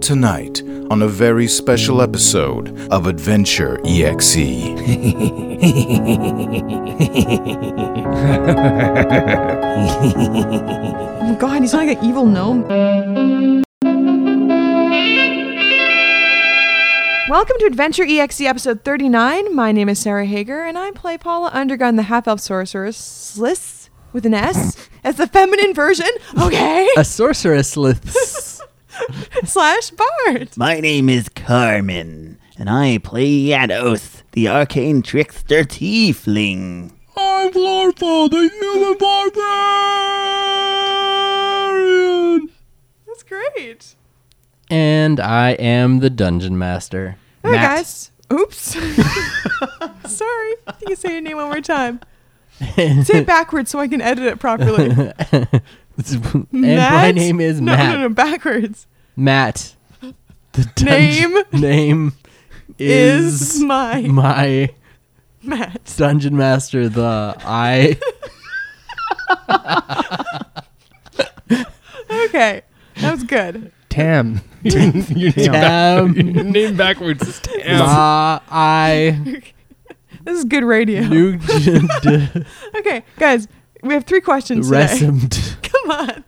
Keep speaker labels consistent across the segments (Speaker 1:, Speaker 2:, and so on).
Speaker 1: tonight on a very special episode of Adventure E EXE.
Speaker 2: Oh my god, he's like an evil gnome. Welcome to Adventure EXE episode 39. My name is Sarah Hager, and I play Paula Undergun, the half elf sorceress, Sliss with an S as the feminine version, okay,
Speaker 3: a sorceress liths.
Speaker 2: slash Bard.
Speaker 4: My name is Carmen, and I play Yados, the arcane trickster tiefling.
Speaker 5: I'm Larva, the human barbarian!
Speaker 2: That's great.
Speaker 3: and I am the dungeon master.
Speaker 2: All right,
Speaker 3: Matt.
Speaker 2: guys. Oops. Sorry. You can say your name one more time. Say it backwards so I can edit it properly.
Speaker 3: and my name is
Speaker 2: no,
Speaker 3: Matt.
Speaker 2: No, no, backwards.
Speaker 3: Matt. The
Speaker 2: Name
Speaker 3: dungeon- name
Speaker 2: Is,
Speaker 3: is
Speaker 2: my
Speaker 3: my
Speaker 2: Matt.
Speaker 3: dungeon master. The I.
Speaker 2: Okay. That was good.
Speaker 6: Tam. you didn't, you didn't
Speaker 3: Tam.
Speaker 6: name backwards is Tam.
Speaker 3: Ma. I.
Speaker 2: This is good radio.
Speaker 3: Nugent.
Speaker 2: Okay, guys, we have three questions today.
Speaker 3: Resumed.
Speaker 2: Come on.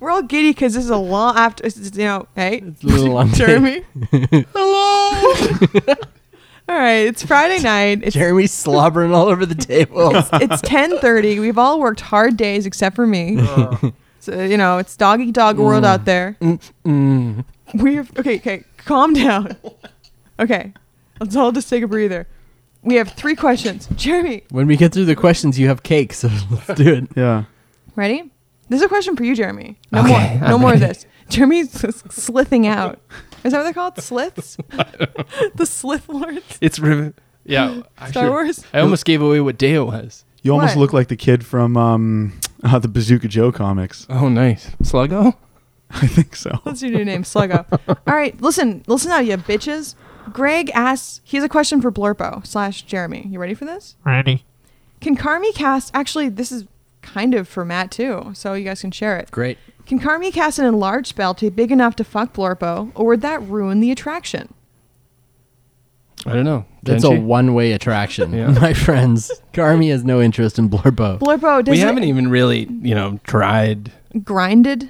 Speaker 2: We're all giddy because this is a long after, it's- it's, you know, hey,
Speaker 3: a little long day.
Speaker 2: Jeremy. Hello. all right, it's Friday night. It's
Speaker 3: Jeremy slobbering all over the table.
Speaker 2: it's ten thirty. We've all worked hard days except for me.
Speaker 6: Uh.
Speaker 2: So you know it's dog eat dog
Speaker 6: Mm.
Speaker 2: world out there. We have okay, okay, calm down. Okay, let's all just take a breather. We have three questions. Jeremy,
Speaker 3: when we get through the questions, you have cake, so let's do it.
Speaker 5: Yeah.
Speaker 2: ready? This is a question for you, Jeremy. No
Speaker 6: Okay,
Speaker 2: more,
Speaker 6: I'm
Speaker 2: no more of
Speaker 6: ready.
Speaker 2: this. Jeremy's s- slithing out. Is that what they're called? Sliths? the slith lords?
Speaker 6: It's riv- yeah.
Speaker 2: Star
Speaker 6: actually,
Speaker 2: Wars?
Speaker 6: I almost gave away what day it was.
Speaker 5: You almost
Speaker 2: What?
Speaker 5: look like the kid from um, uh, the Bazooka Joe comics.
Speaker 6: Oh, nice. Sluggo?
Speaker 5: I think so.
Speaker 2: What's your new name? Sluggo. All right, listen, listen out, you bitches. Greg asks, he has a question for Blurpo slash Jeremy. You ready for this?
Speaker 7: Ready.
Speaker 2: Can Carmi cast, actually, this is kind of for Matt too, so you guys can share it.
Speaker 3: Great.
Speaker 2: Can Carmi cast an enlarged spell to be big enough to fuck Blurpo, or would that ruin the attraction?
Speaker 6: I don't know.
Speaker 3: That's a
Speaker 6: Didn't you?
Speaker 3: one-way attraction,
Speaker 6: Yeah.
Speaker 3: my friends. Carmi has no interest in Blorbo.
Speaker 2: Blurpo doesn't
Speaker 6: we haven't even really, you know, tried.
Speaker 2: grinded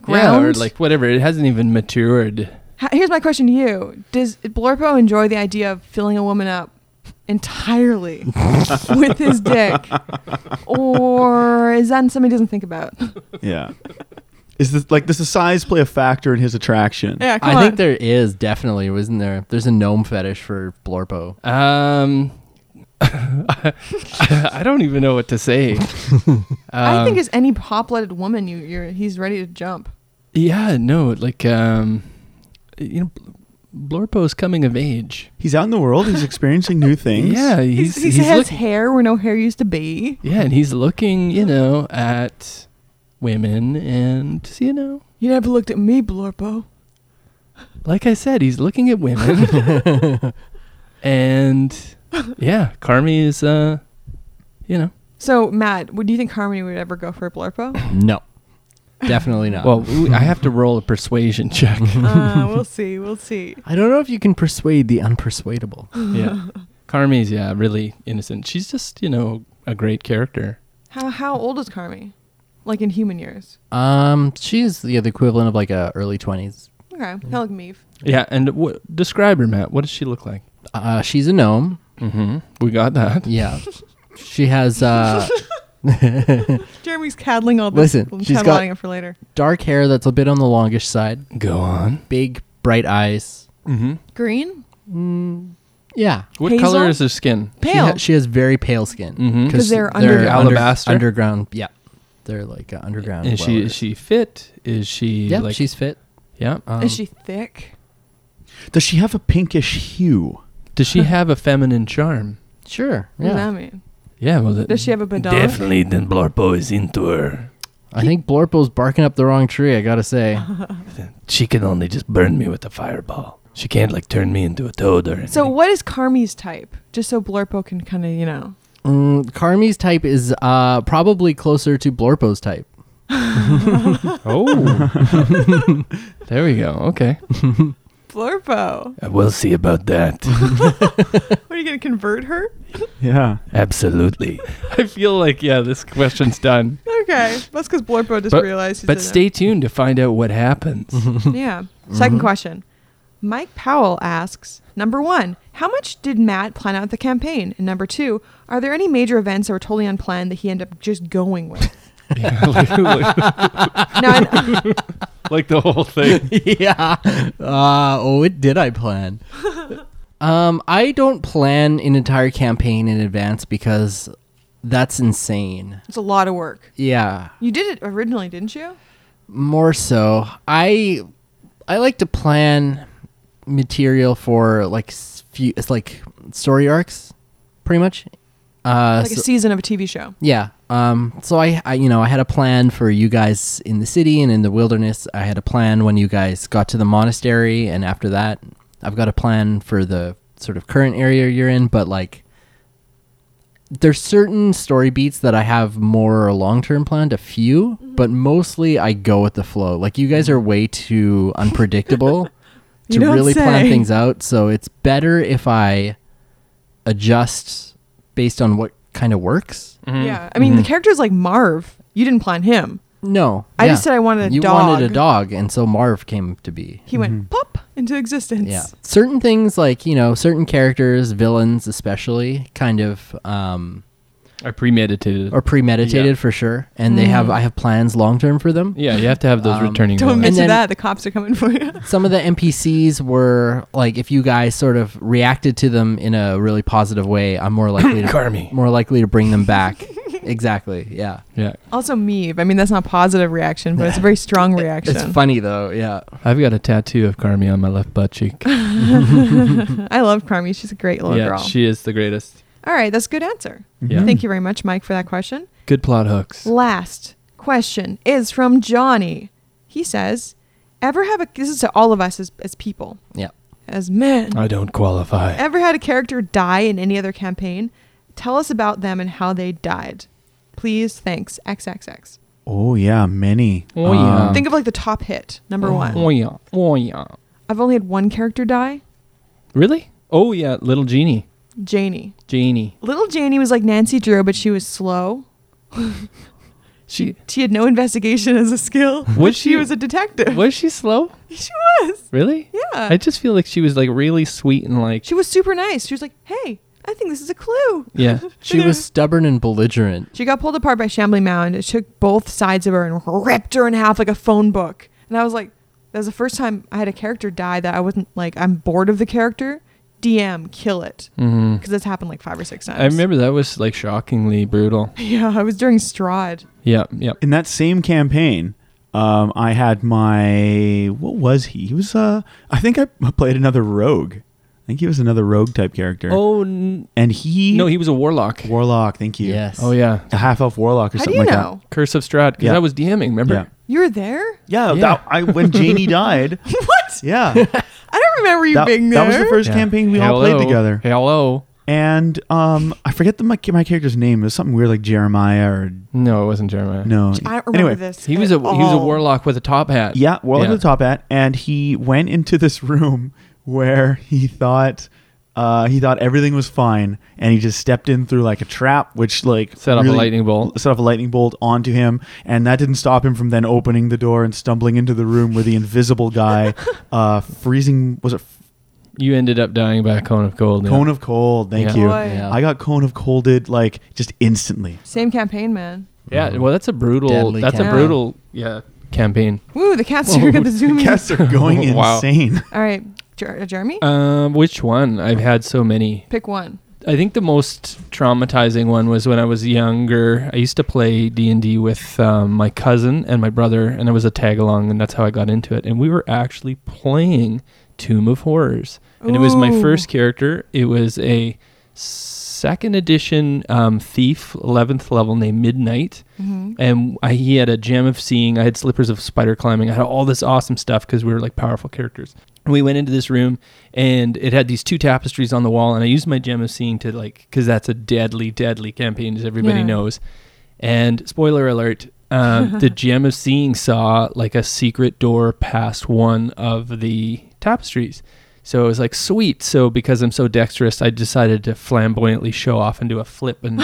Speaker 6: Yeah,
Speaker 2: ground.
Speaker 6: or like whatever. It hasn't even matured.
Speaker 2: Ha- Here's my question to you: Does Blorpo enjoy the idea of filling a woman up entirely with his dick, or is that something he doesn't think about?
Speaker 5: Yeah. Is this like does the size play a factor in his attraction?
Speaker 2: Yeah, come
Speaker 3: I
Speaker 2: on.
Speaker 3: think there is definitely, wasn't there? There's a gnome fetish for Blorpo.
Speaker 6: Um, I, I don't even know what to say.
Speaker 2: I think
Speaker 6: Um,
Speaker 2: as any pop-blooded woman, you, you're he's ready to jump.
Speaker 6: Yeah, no, like um, you know, Blorpo's coming of age.
Speaker 5: He's out in the world. He's experiencing new things.
Speaker 6: Yeah, he's
Speaker 2: he
Speaker 6: he's,
Speaker 2: has
Speaker 6: looking.
Speaker 2: hair where no hair used to be.
Speaker 6: Yeah, and he's looking, you know, at women, and you know,
Speaker 2: You never looked at me, Blorpo.
Speaker 6: like I said, he's looking at women, and yeah, Carmi is uh, you know,
Speaker 2: So Matt, would do you think Harmony would ever go for Blorpo?
Speaker 3: No, definitely not.
Speaker 6: well, we- I have to roll a persuasion check.
Speaker 2: uh, we'll see. We'll see.
Speaker 3: I don't know if you can persuade the unpersuadable.
Speaker 6: yeah, Carmi's yeah, really innocent. She's just you know a great character.
Speaker 2: How how old is Carmi? Like in human years?
Speaker 3: Um, she's yeah, the equivalent of like a early twenties.
Speaker 2: Okay, kind of like Meave.
Speaker 6: Yeah, and wh- describe her, Matt. What does she look like?
Speaker 3: Uh, she's a gnome.
Speaker 6: Mm-hmm. We got that.
Speaker 3: Yeah, she has uh,
Speaker 2: Jeremy's caddling all this.
Speaker 3: Listen,
Speaker 2: I'm
Speaker 3: she's
Speaker 2: cataloging
Speaker 3: got-
Speaker 2: it for later.
Speaker 3: dark hair that's a bit on the longish side.
Speaker 6: Go on.
Speaker 3: Big bright eyes.
Speaker 6: Mm-hmm.
Speaker 2: Green,
Speaker 3: Yeah,
Speaker 6: What
Speaker 2: Hazel?
Speaker 6: color is her skin?
Speaker 3: She, ha-
Speaker 2: pale.
Speaker 3: she has very pale skin
Speaker 6: 'Cause
Speaker 2: they're
Speaker 6: underground. Mm-hmm. Alabaster?
Speaker 3: underground. Yeah, they're like uh, underground.
Speaker 6: Is she is
Speaker 3: dwellers.
Speaker 6: she fit? Is she
Speaker 3: Yep,
Speaker 6: like
Speaker 3: she's fit.
Speaker 6: yeah?
Speaker 3: Um,
Speaker 2: is she thick?
Speaker 5: Does she have a pinkish hue?
Speaker 6: Does she have a feminine charm?
Speaker 3: Sure.
Speaker 2: What does
Speaker 3: Yeah.
Speaker 2: that mean?
Speaker 6: Yeah, well, that,
Speaker 2: Does she have a badon?
Speaker 6: then Blorpo is into her.
Speaker 3: I think Blorpo's barking up the wrong tree, I gotta say.
Speaker 2: Uh-huh.
Speaker 6: She can only just burn me with a fireball. She can't like turn me into a toad or anything.
Speaker 2: So what is Carmi's type? Just so Blorpo can kind of you know.
Speaker 3: Mm, Carmi's type is uh, probably closer to Blorpo's type.
Speaker 6: Oh. there we go. Okay.
Speaker 2: Flurpo.
Speaker 6: I will see about that.
Speaker 2: What are you gonna convert her?
Speaker 5: Yeah.
Speaker 6: Absolutely. I feel like, yeah, this question's done.
Speaker 2: Okay, that's because Blurpo just
Speaker 6: But-
Speaker 2: realized. He's
Speaker 6: But
Speaker 2: in it.
Speaker 6: stay tuned to find out what happens.
Speaker 2: Yeah. 2nd question. Mike Powell asks Number one, how much did Matt plan out the campaign? And number two, are there any major events that were totally unplanned that he ended up just going with?
Speaker 6: Yeah, like, like-
Speaker 2: no, I,
Speaker 6: like the whole thing.
Speaker 3: yeah. Uh, oh, what did I plan? um, I don't plan an entire campaign in advance because that's insane.
Speaker 2: it's a lot of work.
Speaker 3: Yeah.
Speaker 2: You did it originally, didn't you?
Speaker 3: more so i i like to plan material for like s- few it's like story arcs pretty much uh
Speaker 2: Like a
Speaker 3: so-
Speaker 2: season of a TV show.
Speaker 3: yeah um so I, I you know i had a plan for you guys in the city and in the wilderness i had a plan when you guys got to the monastery and after that i've got a plan for the sort of current area you're in but like there's certain story beats that I have more long term planned, a few, but mostly I go with the flow. Like you guys are way too unpredictable
Speaker 2: You
Speaker 3: to
Speaker 2: don't
Speaker 3: really plan
Speaker 2: say.
Speaker 3: things out. So it's better if I adjust based on what kind of works.
Speaker 2: Yeah. I mean, the character's like Marv. You didn't plan him.
Speaker 3: No,
Speaker 2: I just said I wanted a
Speaker 3: you wanted
Speaker 2: dog.
Speaker 3: a dog, and so Marv came to be.
Speaker 2: He went pop into existence.
Speaker 3: Yeah, certain things like you know certain characters, villains especially, kind of um,
Speaker 6: I premeditated.
Speaker 3: are premeditated
Speaker 6: Yeah.
Speaker 3: for sure, and they
Speaker 2: Mm.
Speaker 3: have I have plans long term for them.
Speaker 6: yeah, you have to have those
Speaker 3: Um,
Speaker 6: returning.
Speaker 2: Don't
Speaker 6: ones.
Speaker 2: mention
Speaker 3: then-
Speaker 2: that. The cops are coming for you.
Speaker 3: some of the NPCs were like if you guys sort of reacted to them in a really positive way, I'm more likely to
Speaker 6: Carmi.
Speaker 3: more likely to bring them back. exactly. Yeah.
Speaker 6: Yeah,
Speaker 2: also, Meave. I mean, that's not a positive reaction, but it's a very strong reaction.
Speaker 3: It's funny though. Yeah.
Speaker 6: I've got a tattoo of Carmi on my left butt cheek.
Speaker 2: I love Carmi. She's a great little
Speaker 6: yeah,
Speaker 2: girl.
Speaker 6: she is the greatest.
Speaker 2: All right, that's a good answer.
Speaker 6: Yeah,
Speaker 2: Thank you very much, Mike, for that question.
Speaker 6: good plot hooks.
Speaker 2: Last question is from Johnny. He says, "Ever have a this is to all of us as as people,
Speaker 3: Yeah. Uh,
Speaker 2: as men.
Speaker 6: I don't qualify.
Speaker 2: Ever had a character die in any other campaign? Tell us about them and how they died. Please, thanks. XXX.
Speaker 5: Oh yeah, many. Um,
Speaker 6: Oh, yeah.
Speaker 2: Think of like the top hit, number one.
Speaker 6: Oh yeah, oh yeah.
Speaker 2: I've only had one character die,
Speaker 6: Really? Oh yeah, little genie,
Speaker 2: Janie.
Speaker 6: Janie.
Speaker 2: Little Janie was like Nancy Drew, but she was slow.
Speaker 6: She
Speaker 2: She had no investigation as a skill.
Speaker 6: Was
Speaker 2: she
Speaker 6: she-
Speaker 2: was a detective.
Speaker 6: was she slow?
Speaker 2: She was.
Speaker 6: Really?
Speaker 2: Yeah.
Speaker 6: I just feel like she was like really sweet and like
Speaker 2: She was super nice. She was like, "Hey, I think this is a clue."
Speaker 6: yeah.
Speaker 3: She was stubborn and belligerent.
Speaker 2: She got pulled apart by Shambly Mound. It took both sides of her and ripped her in half like a phone book. And I was like, that was the first time I had a character die that I wasn't like, I'm bored of the character. DM, kill it.
Speaker 6: hmm
Speaker 2: Because it's happened like five or six times.
Speaker 6: I remember that was like shockingly brutal.
Speaker 2: Yeah, I was during Strahd.
Speaker 6: Yeah, yeah.
Speaker 5: In that same campaign, um, I had my what was he? He was uh, I think I played another rogue. I think he was another rogue type character.
Speaker 6: Oh n-
Speaker 5: and he
Speaker 6: no, he was a warlock.
Speaker 5: warlock. Thank you.
Speaker 3: Yes.
Speaker 6: Oh yeah,
Speaker 5: a half elf warlock or
Speaker 2: How do
Speaker 5: something
Speaker 2: you
Speaker 5: like
Speaker 2: know?
Speaker 6: Curse of Strahd. Because
Speaker 5: Yeah.
Speaker 6: I was DMing. Remember?
Speaker 5: that.
Speaker 2: You were there?
Speaker 5: Yeah, yeah.
Speaker 6: Yeah.
Speaker 5: That, I when Janie died.
Speaker 2: what?
Speaker 5: Yeah,
Speaker 2: I don't remember you
Speaker 5: that,
Speaker 2: being there.
Speaker 5: that was the first campaign we all
Speaker 6: Hello.
Speaker 5: played together.
Speaker 6: Hello.
Speaker 5: And um, I forget the my, my character's name. It was something weird like Jeremiah or
Speaker 6: No, it wasn't Jeremiah.
Speaker 5: no.
Speaker 2: I don't remember
Speaker 5: anyway,
Speaker 2: this. Oh,
Speaker 6: He was
Speaker 2: at
Speaker 6: a he was a
Speaker 2: all.
Speaker 6: warlock with a top hat.
Speaker 5: Yeah, well
Speaker 6: Yeah.
Speaker 5: at the top hat, and he went into this room where he thought uh, he thought everything was fine, and he just stepped in through like a trap, which like
Speaker 6: Set off a lightning bolt.
Speaker 5: set off a lightning bolt onto him, and that didn't stop him from then opening the door and stumbling into the room where the invisible guy, uh, freezing was it
Speaker 6: You ended up dying by a cone of gold. yeah.
Speaker 5: cone of cold? Thank
Speaker 6: Yeah.
Speaker 5: you.
Speaker 2: Boy.
Speaker 3: Yeah.
Speaker 5: I got cone of colded like just instantly.
Speaker 2: Same campaign, man.
Speaker 6: Yeah, well, that's a brutal.
Speaker 3: Deadly
Speaker 6: that's a
Speaker 2: Mm-hmm. campaign.
Speaker 6: brutal. Yeah, campaign.
Speaker 2: Woo, the cats are going to zoom in.
Speaker 5: Cats Uh. are going
Speaker 6: Wow.
Speaker 5: insane.
Speaker 2: All right, Jer- uh, Jeremy,
Speaker 6: Um, which one? I've had so many.
Speaker 2: pick one.
Speaker 6: I think the most traumatizing one was when I was younger. I used to play D and D with um, my cousin and my brother, and it was a tag along, and that's how I got into it. And we were actually playing Tomb of Horrors, and it was my
Speaker 2: Ooh.
Speaker 6: first character. It was a second edition um, thief, eleventh level, named Midnight.
Speaker 2: hmm
Speaker 6: and I, he had a gem of seeing. I had slippers of spider climbing. I had all this awesome stuff because we were like powerful characters. And we went into this room, and it had these two tapestries on the wall. And I used my gem of seeing to like, because that's a deadly, deadly campaign, as everybody
Speaker 2: Yeah.
Speaker 6: knows. And spoiler alert, um, the gem of seeing saw like a secret door past one of the tapestries. So it was like sweet. So because I'm so dexterous, I decided to flamboyantly show off and do a flip and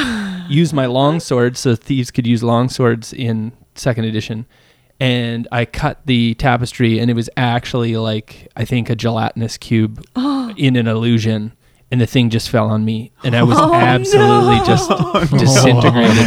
Speaker 6: use my long sword. So thieves could use long swords in second edition. And I cut the tapestry, and it was actually like I think a gelatinous cube in an illusion. And the thing just fell on me, and I was
Speaker 2: Oh,
Speaker 6: absolutely
Speaker 2: no.
Speaker 6: just disintegrated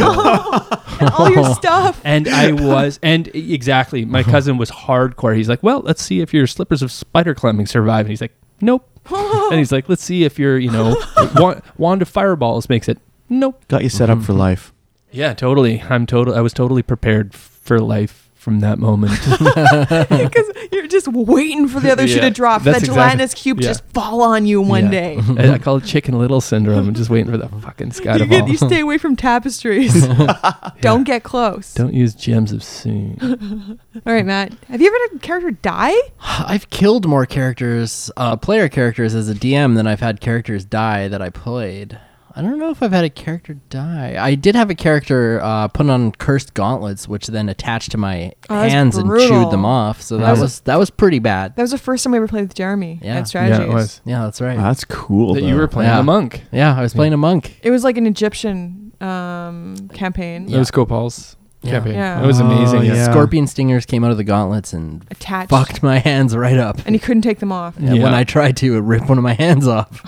Speaker 2: And all your stuff.
Speaker 6: and I was, and exactly, my
Speaker 2: Uh-huh.
Speaker 6: cousin was hardcore. He's like, "Well, let's see if your slippers of spider climbing survive." And he's like, "Nope." and he's like, "Let's see if your, you know, wand, wand of fireballs makes it." Nope.
Speaker 5: Got you set up for
Speaker 6: Mm-hmm.
Speaker 5: life.
Speaker 6: Yeah, totally. I'm total. I was totally prepared for life from that moment.
Speaker 2: Because you're just waiting for the other shoe
Speaker 6: Yeah,
Speaker 2: to drop.
Speaker 6: that's
Speaker 2: That
Speaker 6: exactly-
Speaker 2: gelatinous cube
Speaker 6: yeah.
Speaker 2: just fall on you one
Speaker 6: Yeah.
Speaker 2: day.
Speaker 6: I, I call it Chicken Little syndrome. I'm just waiting for that fucking sky
Speaker 2: You,
Speaker 6: to
Speaker 2: get,
Speaker 6: fall.
Speaker 2: you stay away from tapestries. Don't get close.
Speaker 6: Don't use gems of sin.
Speaker 2: All right, Matt. Have you ever had a character die?
Speaker 3: I've killed more characters, uh, player characters as a DM than I've had characters die that I played. I don't know if I've had a character die. I did have a character uh, put on cursed gauntlets, which then attached to my
Speaker 2: Oh, that's
Speaker 3: hands and chewed
Speaker 2: brutal.
Speaker 3: them off. So
Speaker 6: That
Speaker 3: that
Speaker 6: was-
Speaker 3: was that was pretty bad.
Speaker 2: That was the first time we ever played with Jeremy
Speaker 3: Yeah. Yeah,
Speaker 2: at Strategies.
Speaker 3: Yeah, that's right.
Speaker 5: Wow, that's cool.
Speaker 6: That
Speaker 5: though.
Speaker 6: you were playing
Speaker 3: Yeah.
Speaker 6: the monk.
Speaker 3: yeah, I was playing a monk.
Speaker 2: It was like an Egyptian um, campaign.
Speaker 6: That was Gopal's
Speaker 3: Yeah.
Speaker 6: campaign.
Speaker 2: Yeah.
Speaker 6: That was amazing.
Speaker 5: Oh,
Speaker 6: yeah.
Speaker 5: yeah.
Speaker 3: Scorpion stingers came out of the gauntlets and
Speaker 2: Attached.
Speaker 3: fucked my hands right up.
Speaker 2: And he couldn't take them off.
Speaker 3: Yeah,
Speaker 6: Yeah.
Speaker 3: When I tried to rip one of my hands off.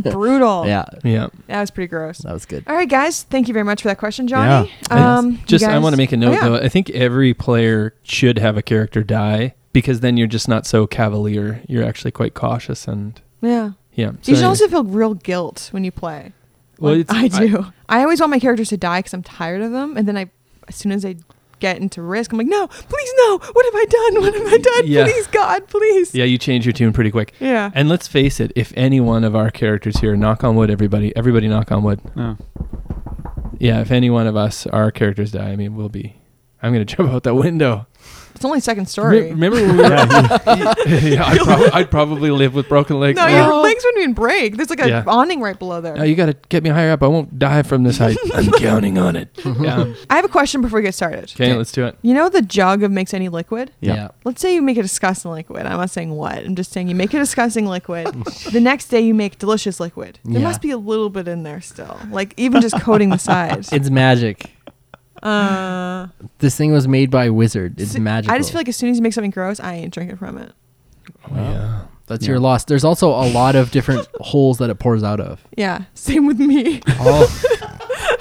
Speaker 2: Brutal.
Speaker 3: Yeah,
Speaker 6: Yeah.
Speaker 2: That was pretty gross.
Speaker 3: that was good.
Speaker 2: Oh. All right, guys. Thank you very much for that question, Johnny.
Speaker 6: I-
Speaker 2: Um, you
Speaker 6: just I
Speaker 2: guys-
Speaker 6: want to make a note
Speaker 2: Oh, yeah.
Speaker 6: though. I think every player should have a character die because then you're just not so cavalier. You're actually quite cautious and
Speaker 2: Yeah.
Speaker 6: yeah.
Speaker 2: You should
Speaker 6: anyway.
Speaker 2: also feel real guilt when you play.
Speaker 6: Well,
Speaker 2: Like,
Speaker 6: it's-
Speaker 2: I do. I, always want my characters to die because I'm tired of them. And then I, as soon as I get into risk, I'm like, no, please, no. What have I done? What have I done?
Speaker 6: Yeah.
Speaker 2: Please, God, please.
Speaker 6: yeah, you change your tune pretty quick.
Speaker 2: Yeah.
Speaker 6: And let's face it, if any one of our characters here, knock on wood, everybody, everybody, knock on wood.
Speaker 5: No.
Speaker 6: Yeah, if any one of us, our characters die, I mean, we'll be. I'm gonna jump out that window.
Speaker 2: It's only second
Speaker 6: Re-
Speaker 2: story.
Speaker 6: remember when we were? yeah, I'd, prob- I'd probably live with broken legs.
Speaker 2: no,
Speaker 6: Yeah.
Speaker 2: your legs wouldn't even break. There's like an
Speaker 6: Yeah.
Speaker 2: awning right below there.
Speaker 6: No, you gotta get me higher up. I won't die from this height. I'm counting on it. Yeah.
Speaker 2: I have a question before we get started.
Speaker 6: Okay, let's do it.
Speaker 2: You know the jug of makes any liquid?
Speaker 5: Yeah.
Speaker 3: yeah.
Speaker 2: Let's say you make a disgusting liquid. I'm not saying what. I'm just saying you make a disgusting liquid. the next day you make delicious liquid. There
Speaker 3: Yeah.
Speaker 2: must be a little bit in there still. Like even just coating the sides.
Speaker 3: It's magic.
Speaker 2: Uh,
Speaker 3: This thing was made by a wizard. It's
Speaker 2: so-
Speaker 3: magical.
Speaker 2: I just feel like as soon as you make something gross, I ain't drinking from it.
Speaker 6: Yeah.
Speaker 3: That's your loss. There's also a lot of different holes that it pours out of.
Speaker 2: Yeah, same with me.
Speaker 3: Oh,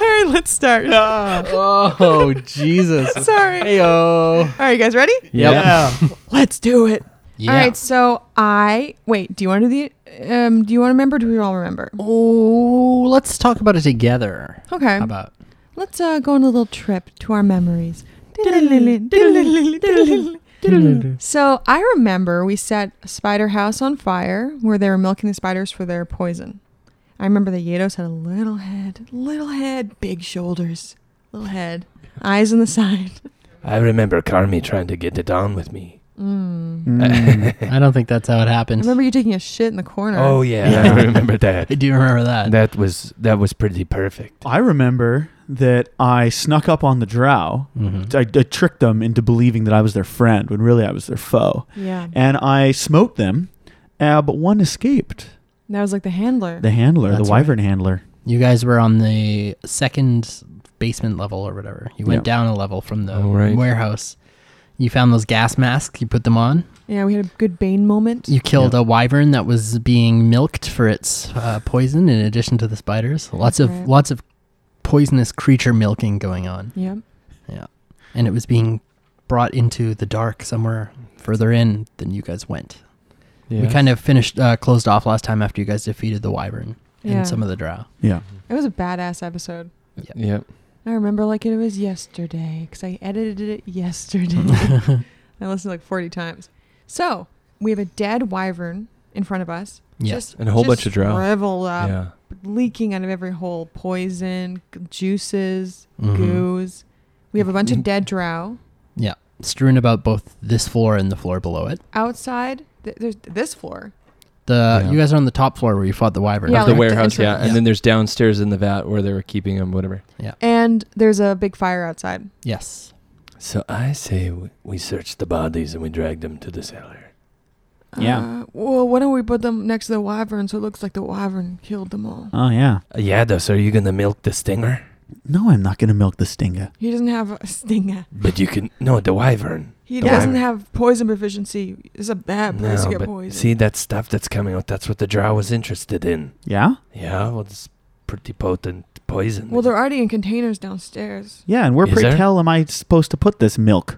Speaker 2: All right, let's start.
Speaker 3: oh Jesus.
Speaker 2: Sorry.
Speaker 3: Heyo.
Speaker 2: All right, guys, ready?
Speaker 5: Yeah.
Speaker 2: Let's do it.
Speaker 3: Yeah.
Speaker 2: All right, so I wait. Do you want to do the? Um, do you want to remember? Or do we all remember?
Speaker 3: Oh, let's talk about it together.
Speaker 2: Okay.
Speaker 3: How about?
Speaker 2: Let's uh, go on a little trip to our memories. Mm-hmm. So I remember we set a spider house on fire where they were milking the spiders for their poison. I remember the Yados had a little head, little head, big shoulders, little head, eyes on the side.
Speaker 6: I remember Carmi trying to get it on with me.
Speaker 5: Mm.
Speaker 3: I don't think that's how it
Speaker 2: I
Speaker 3: happened.
Speaker 2: remember you taking a shit in the corner.
Speaker 6: Oh, yeah,
Speaker 5: Yeah.
Speaker 6: I remember that.
Speaker 3: I do remember that.
Speaker 6: That was that was pretty perfect.
Speaker 5: I remember that I snuck up on the drow.
Speaker 3: Mhm.
Speaker 6: Mm-hmm.
Speaker 5: I, I tricked them into believing that I was their friend when really I was their foe.
Speaker 2: yeah.
Speaker 5: And I smote them, uh, but one escaped.
Speaker 2: That was like the handler.
Speaker 5: The handler,
Speaker 3: That's
Speaker 5: the wyvern handler.
Speaker 3: You guys were on the second basement level or whatever. You went
Speaker 5: Yeah.
Speaker 3: down a level from the
Speaker 6: Oh, right.
Speaker 3: warehouse. You found those gas masks. You put them on.
Speaker 2: yeah, we had a good Bane moment.
Speaker 3: You killed
Speaker 5: Yeah.
Speaker 3: a wyvern that was being milked for its uh, poison. In addition to the spiders, lots of
Speaker 2: Right.
Speaker 3: lots of poisonous creature milking going on,
Speaker 2: Yeah.
Speaker 3: and it was being brought into the dark somewhere further in than you guys went. We kind of finished uh, closed off last time after you guys defeated the wyvern
Speaker 2: Yeah.
Speaker 3: and some of the drow.
Speaker 5: Yeah.
Speaker 2: It was a badass episode.
Speaker 6: yeah.
Speaker 2: I remember like it was yesterday because I edited it yesterday. I listened like 40 times. So we have a dead wyvern in front of us.
Speaker 3: Yes.
Speaker 2: Just-
Speaker 6: And a whole bunch
Speaker 2: just
Speaker 6: of drow.
Speaker 2: Shriveled up,
Speaker 6: yeah.
Speaker 2: leaking out of every hole. Poison, g- juices,
Speaker 6: Mm-hmm.
Speaker 3: Mhm.
Speaker 2: goos. We have a bunch of dead drow.
Speaker 3: strewn about both this floor and the floor below it.
Speaker 2: Outside, th- there's this floor.
Speaker 3: The
Speaker 6: Yeah.
Speaker 3: you guys are on the top floor where you fought the wyvern.
Speaker 2: Yeah,
Speaker 6: the
Speaker 2: like the
Speaker 6: warehouse, yeah.
Speaker 2: entrance.
Speaker 6: And then there's downstairs in the vat where they were keeping him, whatever.
Speaker 2: And there's a big fire outside.
Speaker 3: yes.
Speaker 6: So I say we, we searched the bodies and we dragged them to the cellar.
Speaker 5: Yeah.
Speaker 2: Uh, well, why don't we put them next to the wyvern so it looks like the wyvern killed them all?
Speaker 5: Oh yeah.
Speaker 6: Yados, are you gonna milk the stinger?
Speaker 5: No, I'm not gonna milk the stinger.
Speaker 2: He doesn't have a stinger.
Speaker 6: But you can no the wyvern.
Speaker 2: He
Speaker 6: The
Speaker 2: doesn't
Speaker 6: wyvern.
Speaker 2: have poison proficiency. It's a bad place to get poison.
Speaker 6: see that stuff that's coming out. That's what the drow was interested in.
Speaker 5: Yeah.
Speaker 6: Yeah, well, it's pretty potent poison.
Speaker 2: well, they're already in containers downstairs.
Speaker 5: Yeah. And where
Speaker 6: Is
Speaker 5: pray
Speaker 6: there?
Speaker 5: tell am I supposed to put this milk?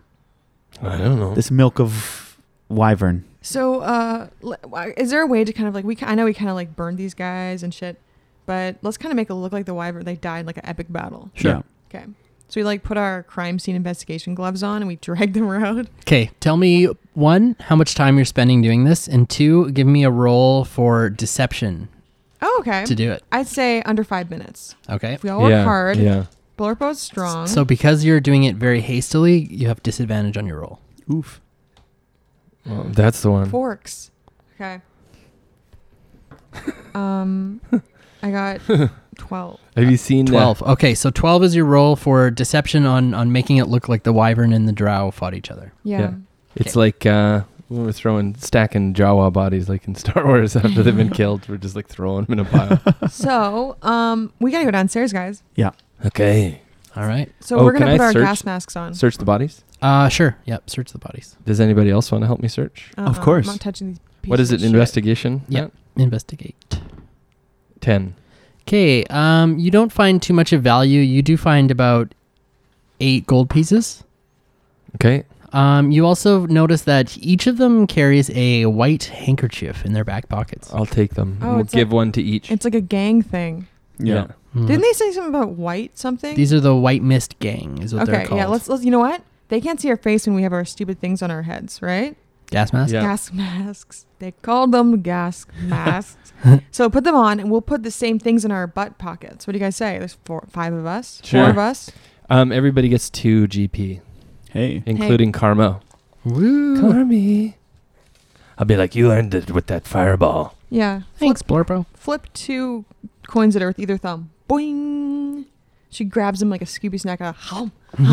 Speaker 6: I don't know.
Speaker 5: This milk of wyvern.
Speaker 2: So, uh, le- why- is there a way to kind of like we? ki- I know we kind of like burned these guys and shit, but let's kind of make it look like the wyvern they died in, like an epic battle.
Speaker 5: Yeah.
Speaker 2: Okay. So we like put our crime scene investigation gloves on and we drag them around.
Speaker 3: Okay, tell me one how much time you're spending doing this, and two, give me a roll for deception
Speaker 2: Oh, okay.
Speaker 3: to do it.
Speaker 2: I'd say under five minutes.
Speaker 3: Okay.
Speaker 2: If we all work hard,
Speaker 6: Yeah.
Speaker 2: Blurpo's strong.
Speaker 3: So because you're doing it very hastily, you have disadvantage on your roll.
Speaker 5: Oof.
Speaker 6: Well, that's the one.
Speaker 2: forks. Okay. Um, I got twelve.
Speaker 6: Have you seen
Speaker 3: Twelve. Okay, so twelve is your roll for deception on on making it look like the wyvern and the drow fought each other.
Speaker 2: Yeah.
Speaker 6: Yeah. It's like uh, we were throwing stacking Jawa bodies like in Star Wars after they've been killed. We're just like throwing them in a pile.
Speaker 2: So, um, we gotta go downstairs, guys.
Speaker 6: okay.
Speaker 3: All right.
Speaker 2: So
Speaker 6: Oh,
Speaker 2: we're gonna
Speaker 6: can I
Speaker 2: put our
Speaker 6: search?
Speaker 2: gas masks on.
Speaker 6: Search the bodies.
Speaker 3: Uh, sure. Yep. Search the bodies.
Speaker 6: Does anybody else want to help me search?
Speaker 2: Uh-uh,
Speaker 5: Of course.
Speaker 2: I'm not touching these. Pieces
Speaker 6: what is
Speaker 2: of
Speaker 6: it?
Speaker 2: shit.
Speaker 6: Investigation.
Speaker 3: Yeah.
Speaker 6: Matt?
Speaker 3: Investigate.
Speaker 6: Ten.
Speaker 3: Okay. Um, you don't find too much of value. You do find about eight gold pieces.
Speaker 6: Okay.
Speaker 3: Um, you also notice that each of them carries a white handkerchief in their back pockets.
Speaker 6: I'll take them.
Speaker 2: Oh,
Speaker 6: and we'll
Speaker 2: it's like-
Speaker 6: give one to each.
Speaker 2: It's like a gang thing.
Speaker 6: Mm-hmm.
Speaker 5: Yeah.
Speaker 3: Mm.
Speaker 2: Didn't they say something about white something?
Speaker 3: These are the White Mist Gang, is what they're
Speaker 2: okay.
Speaker 3: called.
Speaker 2: Yeah. Let's. Let's. You know what? They can't see our face when we have our stupid things on our heads, right?
Speaker 3: gas mask.
Speaker 6: Yeah.
Speaker 2: Gas masks. They called them gas masks. so put them on, and we'll put the same things in our butt pockets. What do you guys say? There's four, five of us.
Speaker 6: Sure.
Speaker 2: Four of us.
Speaker 6: Um, everybody gets two GP,
Speaker 5: Hey.
Speaker 6: including Carmo.
Speaker 3: Woo!
Speaker 6: Carmi. I'll be like, you earned it with that fireball.
Speaker 2: Yeah.
Speaker 3: Thanks, Blorpo.
Speaker 2: Flip two coins at her with either thumb. Boing. She grabs him like a Scooby snack. Out. Hum,
Speaker 6: Mm-hmm.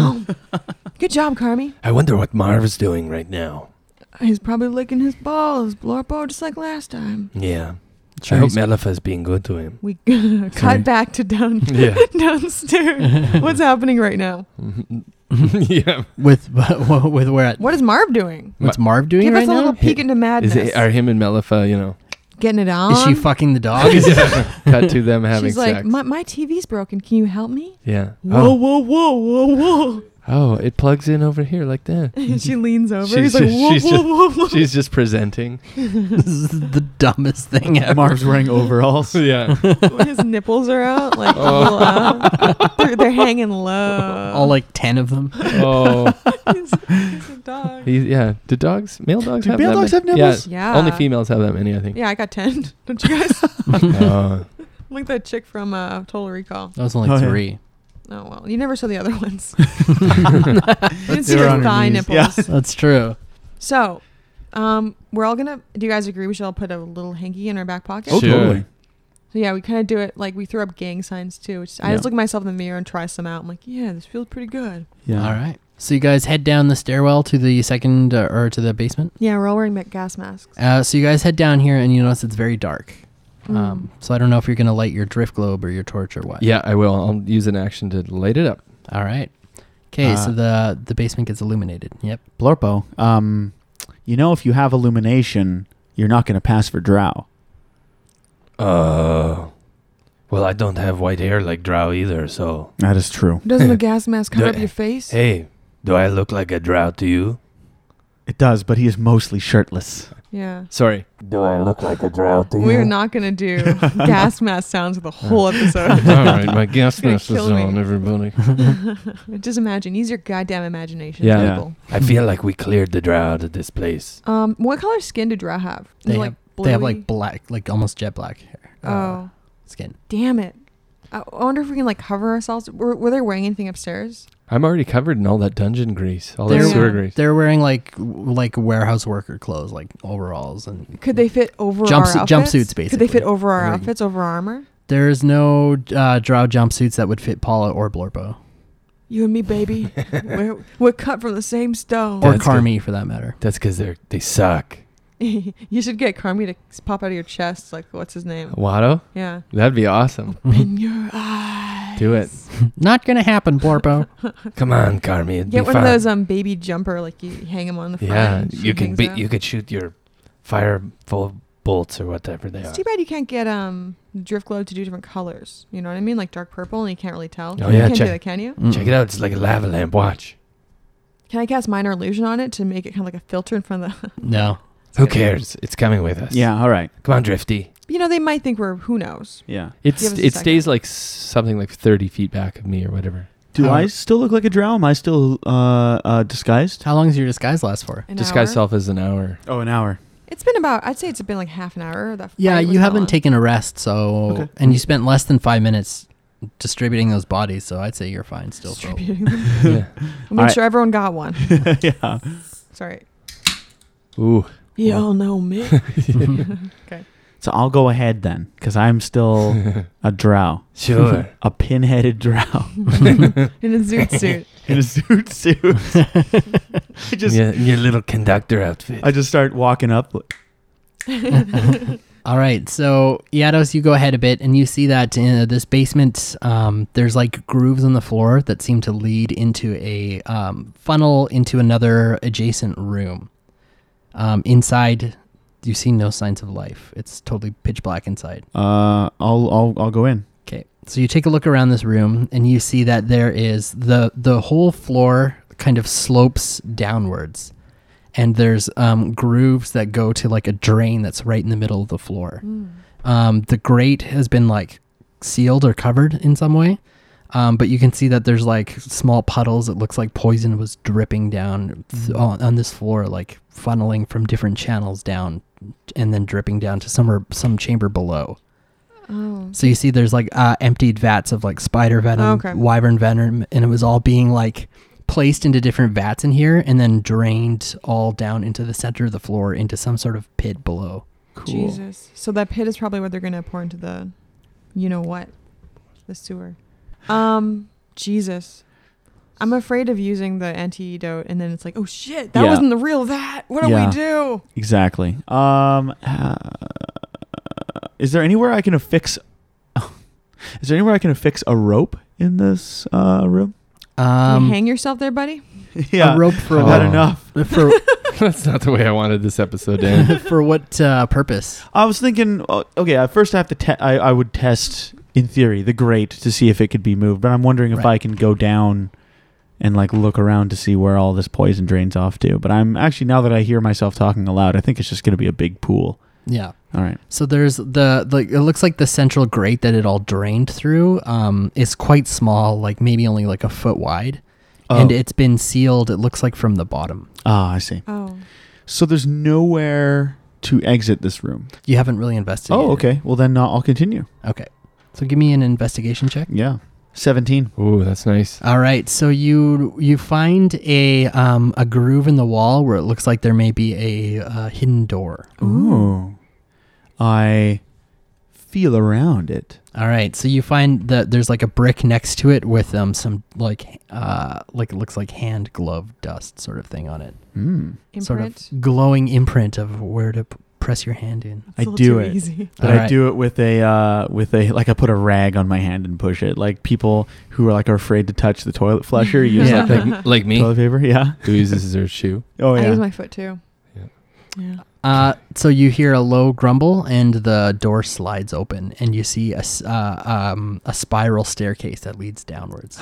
Speaker 2: hum. Good job, Carmi.
Speaker 6: I wonder what Marv's doing right now.
Speaker 2: He's probably licking his balls, Blorpo, just like last time.
Speaker 6: Yeah.
Speaker 3: Sure,
Speaker 6: I hope
Speaker 3: he's-
Speaker 6: Melifa's being good to him.
Speaker 2: We cut back to down
Speaker 6: Yeah.
Speaker 2: downstairs. What's happening right now?
Speaker 6: Mm-hmm. yeah.
Speaker 3: With with where at?
Speaker 2: What is Marv doing?
Speaker 3: What's Marv doing
Speaker 2: Give
Speaker 3: right
Speaker 2: us a
Speaker 3: now?
Speaker 2: little peek
Speaker 6: Hey,
Speaker 2: into madness.
Speaker 6: Is it, are him and Melifa, you know,
Speaker 2: Getting it on.
Speaker 3: Is she fucking the
Speaker 6: Oh,
Speaker 3: dog?
Speaker 6: cut to them having
Speaker 2: She's
Speaker 6: sex? Oh.
Speaker 2: like, my, my TV's broken. Can you help me?
Speaker 6: yeah.
Speaker 5: Whoa, whoa, whoa, whoa, whoa.
Speaker 6: Oh, it plugs in over here like that.
Speaker 2: she leans over.
Speaker 6: She's
Speaker 2: He's like,
Speaker 6: just-
Speaker 2: whoa,
Speaker 6: she's just-
Speaker 2: whoa, whoa, whoa.
Speaker 6: She's just presenting.
Speaker 3: this is the dumbest thing ever.
Speaker 5: Marv's wearing overalls.
Speaker 6: yeah.
Speaker 2: His nipples are out. Like,
Speaker 6: Oh.
Speaker 2: little out. They're, they're hanging low.
Speaker 3: All like ten of them.
Speaker 6: Oh.
Speaker 2: he's, he's a dog.
Speaker 6: He, yeah. Do dogs, male dogs
Speaker 5: Do
Speaker 6: have
Speaker 5: male
Speaker 6: that
Speaker 5: dogs
Speaker 6: many?
Speaker 5: have nipples?
Speaker 6: Yeah.
Speaker 2: yeah.
Speaker 6: Only females have that many, I think.
Speaker 2: Yeah, I got 10. Don't you guys?
Speaker 6: Oh.
Speaker 2: Look at that chick from uh, Total Recall.
Speaker 3: That was only
Speaker 5: Oh,
Speaker 3: three.
Speaker 5: yeah.
Speaker 2: Oh, well. You never saw the other ones. you didn't see
Speaker 5: They were
Speaker 2: her
Speaker 5: on her
Speaker 2: thigh
Speaker 5: knees.
Speaker 2: nipples.
Speaker 5: Yeah.
Speaker 3: That's true.
Speaker 2: So, um, we're all going to. Do you guys agree we should all put a little hanky in our back pocket?
Speaker 5: Oh,
Speaker 6: Sure.
Speaker 5: totally.
Speaker 2: So yeah, we kind of do it like we throw up gang signs too. Which I
Speaker 5: Yeah.
Speaker 2: just look at myself in the mirror and try some out. I'm like, yeah, this feels pretty good.
Speaker 5: Yeah.
Speaker 3: All right. So you guys head down the stairwell to the second uh, or to the basement.
Speaker 2: Yeah, we're all wearing ma- gas masks.
Speaker 3: Uh, so you guys head down here and you notice it's very dark. Um,
Speaker 2: Um,
Speaker 3: so I don't know if you're gonna light your drift globe or your torch or what.
Speaker 6: Yeah, I will. I'll use an action to light it up.
Speaker 3: All right. Okay. so
Speaker 5: Uh,
Speaker 3: the the basement gets illuminated. Yep.
Speaker 5: Blorpo, um, you know, if you have illumination, you're not going to pass for drow.
Speaker 6: Uh, well, I don't have white hair like Drow either, so.
Speaker 5: That is true.
Speaker 2: Doesn't a gas mask cover
Speaker 6: Do-
Speaker 2: up your face?
Speaker 6: Hey, do I look like a Drow to you?
Speaker 5: It does, but he is mostly shirtless.
Speaker 2: Yeah.
Speaker 6: Sorry.
Speaker 7: Do I look like a drow to
Speaker 2: We're
Speaker 7: you?
Speaker 2: not gonna do gas mask sounds for the whole episode.
Speaker 6: All right, my gas
Speaker 2: You're gonna
Speaker 6: mask is
Speaker 2: kill me.
Speaker 6: on, everybody.
Speaker 2: Just imagine. Use your goddamn imagination,
Speaker 6: Yeah.
Speaker 2: people.
Speaker 6: I feel like we cleared the Drow out of this place.
Speaker 2: Um, what color skin did Dra have? Is
Speaker 3: They
Speaker 2: it,
Speaker 3: have uh, they have
Speaker 2: bluey?
Speaker 3: like black, like almost jet black hair. uh,
Speaker 2: oh,
Speaker 3: skin.
Speaker 2: damn it! I I wonder if we can like cover ourselves. Were, were they wearing anything upstairs?
Speaker 6: I'm already covered in all that dungeon grease, all
Speaker 3: There-
Speaker 6: that sewer
Speaker 2: Yeah.
Speaker 6: grease.
Speaker 3: They're wearing like like warehouse worker clothes, like overalls, and
Speaker 2: Could they fit over
Speaker 3: Jumpsuit-
Speaker 2: our outfits?
Speaker 3: jumpsuits,
Speaker 2: Could they
Speaker 3: basically.
Speaker 2: fit over our
Speaker 3: Or-
Speaker 2: outfits, over our armor?
Speaker 3: there's no uh, drow jumpsuits that would fit Paula or Blorpo
Speaker 2: You and me, baby. we're, we're cut from the same stone.
Speaker 3: or
Speaker 6: That's good.
Speaker 3: Carmi for that matter.
Speaker 6: That's because they're they suck.
Speaker 2: you should get Carmi to s- pop out of your chest. Like, what's his name?
Speaker 6: Watto,
Speaker 2: Yeah.
Speaker 6: that'd be awesome.
Speaker 2: In your eyes.
Speaker 6: Do it.
Speaker 3: Not gonna happen, Blorpo.
Speaker 6: Come on, Carmi. It'd
Speaker 2: Get
Speaker 6: be
Speaker 2: one
Speaker 6: fun.
Speaker 2: of those um baby jumper, like you hang them on the front.
Speaker 6: Yeah,
Speaker 2: and
Speaker 6: you
Speaker 2: shoot
Speaker 6: can
Speaker 2: things
Speaker 6: be,
Speaker 2: out.
Speaker 6: you could shoot your fire full of bolts or whatever they
Speaker 2: It's
Speaker 6: are.
Speaker 2: too bad you can't get um drift glow to do different colors. You know what I mean? Like dark purple, and you can't really tell.
Speaker 6: Oh,
Speaker 2: you
Speaker 6: yeah,
Speaker 2: can't
Speaker 6: check-
Speaker 2: do that, can you?
Speaker 6: Check it out. It's like a lava lamp. Watch.
Speaker 2: Can I cast minor illusion on it to make it kind of like a filter in front of the?
Speaker 3: Mm. No,
Speaker 6: Who cares? It's coming with us.
Speaker 5: Yeah. All right.
Speaker 6: Come on, Drifty.
Speaker 2: you know, they might think we're who knows.
Speaker 5: Yeah.
Speaker 6: It's
Speaker 2: Give us a
Speaker 6: it
Speaker 2: second.
Speaker 6: stays like s- something like thirty feet back of me or whatever.
Speaker 5: Do
Speaker 3: How-
Speaker 5: I still look like a drow? Am I still uh, uh, disguised?
Speaker 3: how long does your disguise last for?
Speaker 2: An
Speaker 6: Disguise
Speaker 2: hour.
Speaker 6: self as an hour.
Speaker 5: Oh, an hour.
Speaker 2: It's been about. I'd say it's been like half an hour. That
Speaker 3: Yeah,
Speaker 2: fight was
Speaker 3: you
Speaker 2: that
Speaker 3: haven't
Speaker 2: long.
Speaker 3: taken a rest, so
Speaker 5: Okay.
Speaker 3: and you spent less than five minutes distributing those bodies, so I'd say you're fine still. Fo.
Speaker 2: distributing. them.
Speaker 6: yeah.
Speaker 2: We'll make
Speaker 5: Alright.
Speaker 2: sure everyone got one.
Speaker 5: yeah.
Speaker 2: Sorry.
Speaker 6: Ooh.
Speaker 2: Y'all know me.
Speaker 5: So I'll go ahead then, because I'm still a drow,
Speaker 6: Sure.
Speaker 5: a pinheaded drow
Speaker 2: In a zoot suit.
Speaker 5: in a suit suit. I just
Speaker 6: yeah, in your little conductor outfit.
Speaker 5: I just start walking up.
Speaker 2: Mm.
Speaker 3: All right, so Yados, you go ahead a bit, and you see that in uh, this basement, um, there's like grooves in the floor that seem to lead into a um, funnel into another adjacent room. Um, inside, you see no signs of life. It's totally pitch black inside.
Speaker 5: Uh, I'll I'll I'll go in.
Speaker 3: Okay. So you take a look around this room and you see that there is the the whole floor kind of slopes downwards. And there's um, grooves that go to like a drain that's right in the middle of the floor. Um, the grate has been like sealed or covered in some way. Um, but you can see that there's like small puddles. It looks like poison was dripping down th- on, on this floor, like funneling from different channels down and then dripping down to somewhere, some chamber below.
Speaker 2: Oh.
Speaker 3: So you see, there's like uh, emptied vats of like spider venom,
Speaker 2: Oh, okay.
Speaker 3: wyvern venom, and it was all being like placed into different vats in here and then drained all down into the center of the floor into some sort of pit below.
Speaker 2: Jesus. So that pit is probably what they're gonna pour into the, you know what, the sewer. Um, Jesus. I'm afraid of using the antidote, and then it's like, oh shit, that
Speaker 5: Yeah.
Speaker 2: wasn't the real that. What do
Speaker 5: Yeah.
Speaker 2: we do?
Speaker 5: Exactly. Um, uh, is there anywhere I can affix? Is there anywhere I can affix a rope in this uh, room?
Speaker 2: Can
Speaker 3: Um,
Speaker 2: you hang yourself there, buddy.
Speaker 5: yeah,
Speaker 3: a rope for
Speaker 5: I've
Speaker 6: Oh.
Speaker 5: had enough.
Speaker 3: what, for,
Speaker 6: That's not the way I wanted this episode to end.
Speaker 3: for what uh, purpose?
Speaker 5: I was thinking. uh, Okay, at first I have to. Te- I I would test in theory the grate to see if it could be moved, but I'm wondering if
Speaker 3: Right.
Speaker 5: I can go down and like look around to see where all this poison drains off to. But I'm actually now that I hear myself talking aloud, I think it's just going to be a big pool.
Speaker 3: Yeah.
Speaker 5: All right.
Speaker 3: So there's the like it looks like the central grate that it all drained through um, is quite small, like maybe only like a foot wide, and
Speaker 5: Oh.
Speaker 3: it's been sealed. It looks like from the bottom.
Speaker 5: Ah, I see.
Speaker 2: Oh,
Speaker 5: So there's nowhere to exit this room.
Speaker 3: You haven't really invested.
Speaker 5: Oh, okay. Well, then uh, I'll continue.
Speaker 3: Okay. So give me an investigation check.
Speaker 5: Yeah. 17.
Speaker 6: Ooh, that's nice.
Speaker 3: All right, so you you find a um, a groove in the wall where it looks like there may be a uh, hidden door.
Speaker 5: Ooh. I feel around it.
Speaker 3: All right, so you find that there's like a brick next to it with um some like uh like it looks like hand glove dust sort of thing on it,
Speaker 5: Mm.
Speaker 2: imprint.
Speaker 3: sort of glowing imprint of where to p- press your hand in.
Speaker 5: I
Speaker 2: It's a little
Speaker 5: do
Speaker 2: too
Speaker 5: it.
Speaker 2: Easy.
Speaker 5: But
Speaker 3: All
Speaker 5: I
Speaker 3: right.
Speaker 5: do it with a, uh, with a, like I put a rag on my hand and push it. Like people who are like are afraid to touch the toilet flusher use
Speaker 6: Yeah,
Speaker 5: that thing.
Speaker 6: like, like me,
Speaker 5: Toilet paper. Yeah.
Speaker 6: who uses her shoe.
Speaker 5: Oh,
Speaker 2: I use
Speaker 5: yeah.
Speaker 2: my foot too.
Speaker 6: Yeah.
Speaker 2: Yeah.
Speaker 3: Uh, so you hear a low grumble and the door slides open and you see a s- uh, um, a spiral staircase that leads downwards.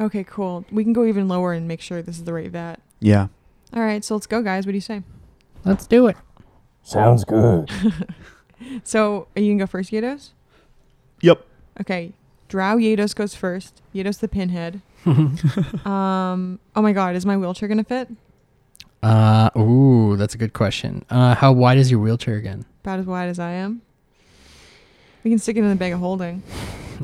Speaker 2: Okay, cool. We can go even lower and make sure this is the right vat.
Speaker 5: Yeah.
Speaker 2: All right, so let's go, guys. What do you say?
Speaker 3: Let's do it.
Speaker 7: Sounds good.
Speaker 2: So you can go first, Yados.
Speaker 5: Yep.
Speaker 2: Okay, Drow Yados goes first. Yados the pinhead. um. Oh my God, is my wheelchair gonna fit?
Speaker 3: Uh, ooh, that's a good question. Uh, how wide is your wheelchair again?
Speaker 2: About as wide as I am. We can stick it in the bag of holding.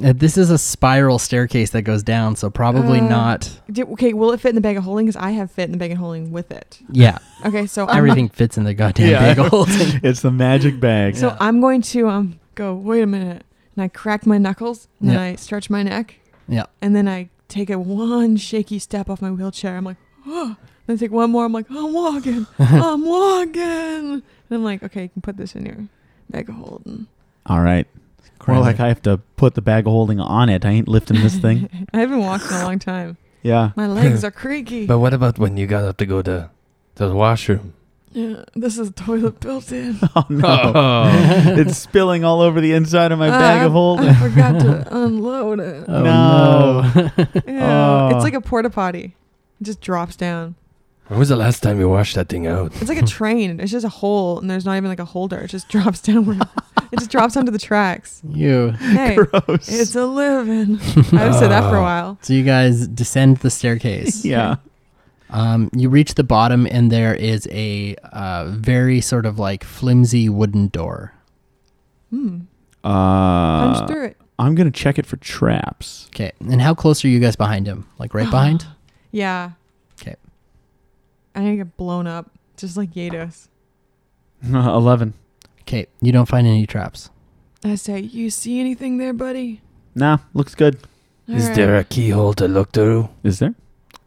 Speaker 3: Uh, This is a spiral staircase that goes down, so probably
Speaker 2: Uh.
Speaker 3: not.
Speaker 2: Did, okay, will it fit in the bag of holding? Because I have fit in the bag of holding with it.
Speaker 3: Yeah,
Speaker 2: Okay, so I'm,
Speaker 3: everything fits in the goddamn
Speaker 5: Yeah.
Speaker 3: bag of holding.
Speaker 5: It's the magic bag.
Speaker 2: So I'm going to um go. Wait a minute, and I crack my knuckles, and
Speaker 3: Yeah.
Speaker 2: then I stretch my neck,
Speaker 3: Yeah.
Speaker 2: and then I take a one shaky step off my wheelchair. I'm like, oh. Then I take one more. I'm like, I'm walking.
Speaker 5: Oh,
Speaker 2: I'm walking. And I'm like, okay, you can put this in your bag of holding.
Speaker 5: All right. More like I have to put the bag of holding on it. I ain't lifting this thing.
Speaker 2: I haven't walked in a long time.
Speaker 5: Yeah.
Speaker 2: My legs are creaky.
Speaker 8: But what about when you got up to go to the washroom?
Speaker 2: Yeah, this is toilet built in.
Speaker 5: Oh no. it's spilling all over the inside of my
Speaker 2: Uh,
Speaker 5: bag of holding.
Speaker 2: I forgot to unload it.
Speaker 3: Oh,
Speaker 5: No.
Speaker 2: Yeah,
Speaker 5: Oh.
Speaker 2: It's like a porta potty. It just drops down.
Speaker 8: When was the last time you washed that thing out?
Speaker 2: It's like a train. It's just a hole, and there's not even like a holder. It just drops downward. it just drops onto the tracks.
Speaker 3: you.
Speaker 2: Hey,
Speaker 5: Gross.
Speaker 2: it's a living. I've said that for a while.
Speaker 3: So you guys descend the staircase.
Speaker 5: yeah.
Speaker 3: Um, you reach the bottom, and there is a uh, very sort of like flimsy wooden door.
Speaker 2: Hmm. Punch
Speaker 5: Uh,
Speaker 2: through it.
Speaker 5: I'm gonna check it for traps.
Speaker 3: Okay. And how close are you guys behind him? Like right behind?
Speaker 2: Yeah.
Speaker 3: 'Kay.
Speaker 2: I didn't get blown up, just like Yados.
Speaker 5: Eleven.
Speaker 3: Okay. You don't find any traps.
Speaker 2: I say, you see anything there, buddy?
Speaker 5: Nah, looks good.
Speaker 8: Is
Speaker 2: Alright.
Speaker 8: there a keyhole to look through?
Speaker 5: Is there?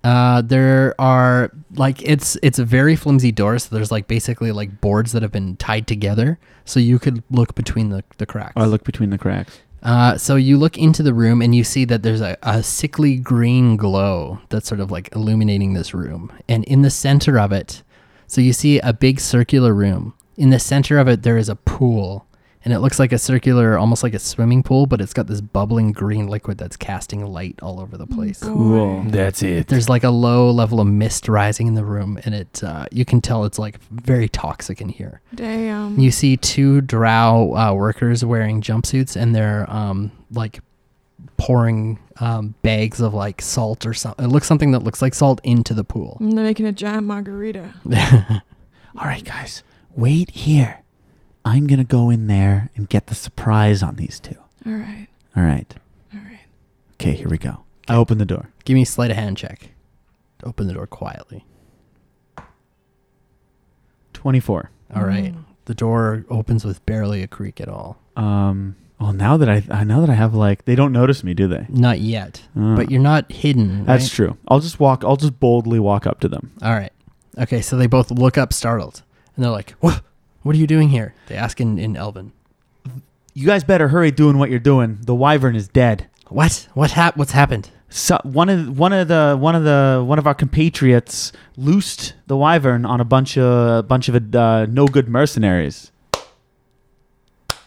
Speaker 3: Uh, there are like it's it's a very flimsy door, so there's like basically like boards that have been tied together, so you could look between the the cracks.
Speaker 5: Oh, I look between the cracks.
Speaker 3: Uh, so you look into the room and you see that there's a, a sickly green glow that's sort of like illuminating this room. And in the center of it, so you see a big circular room. In the center of it, there is a pool. And it looks like a circular, almost like a swimming pool, but it's got this bubbling green liquid that's casting light all over the place.
Speaker 2: Boy.
Speaker 5: Cool.
Speaker 8: That's it.
Speaker 3: There's like a low level of mist rising in the room, and it uh, you can tell it's like very toxic in here.
Speaker 2: Damn.
Speaker 3: You see two drow uh, workers wearing jumpsuits, and they're um, like pouring um, bags of like salt or something. It looks something that looks like salt into the pool.
Speaker 2: And they're making a giant margarita.
Speaker 5: All right, guys, wait here. I'm gonna go in there and get the surprise on these two.
Speaker 2: All right.
Speaker 5: All right.
Speaker 2: All right.
Speaker 5: Okay, here we go. I open the door.
Speaker 3: Give me a sleight of hand check. Open the door quietly.
Speaker 5: Twenty-four.
Speaker 3: All right.
Speaker 2: Mm.
Speaker 3: The door opens with barely a creak at all.
Speaker 5: Um. Well, now that I, I now that I have like, they don't notice me, do they?
Speaker 3: Not yet,
Speaker 5: Uh,
Speaker 3: but you're not hidden.
Speaker 5: that's
Speaker 3: right?
Speaker 5: true. I'll just walk. I'll just boldly walk up to them.
Speaker 3: All right. Okay, so they both look up startled, and they're like, "What? What are you doing here?" They ask in, in Elven.
Speaker 5: You guys better hurry doing what you're doing. The wyvern is dead.
Speaker 3: What? What hap- What's happened?
Speaker 5: So, one of one of the one of the one of our compatriots loosed the wyvern on a bunch of bunch of uh, no good mercenaries.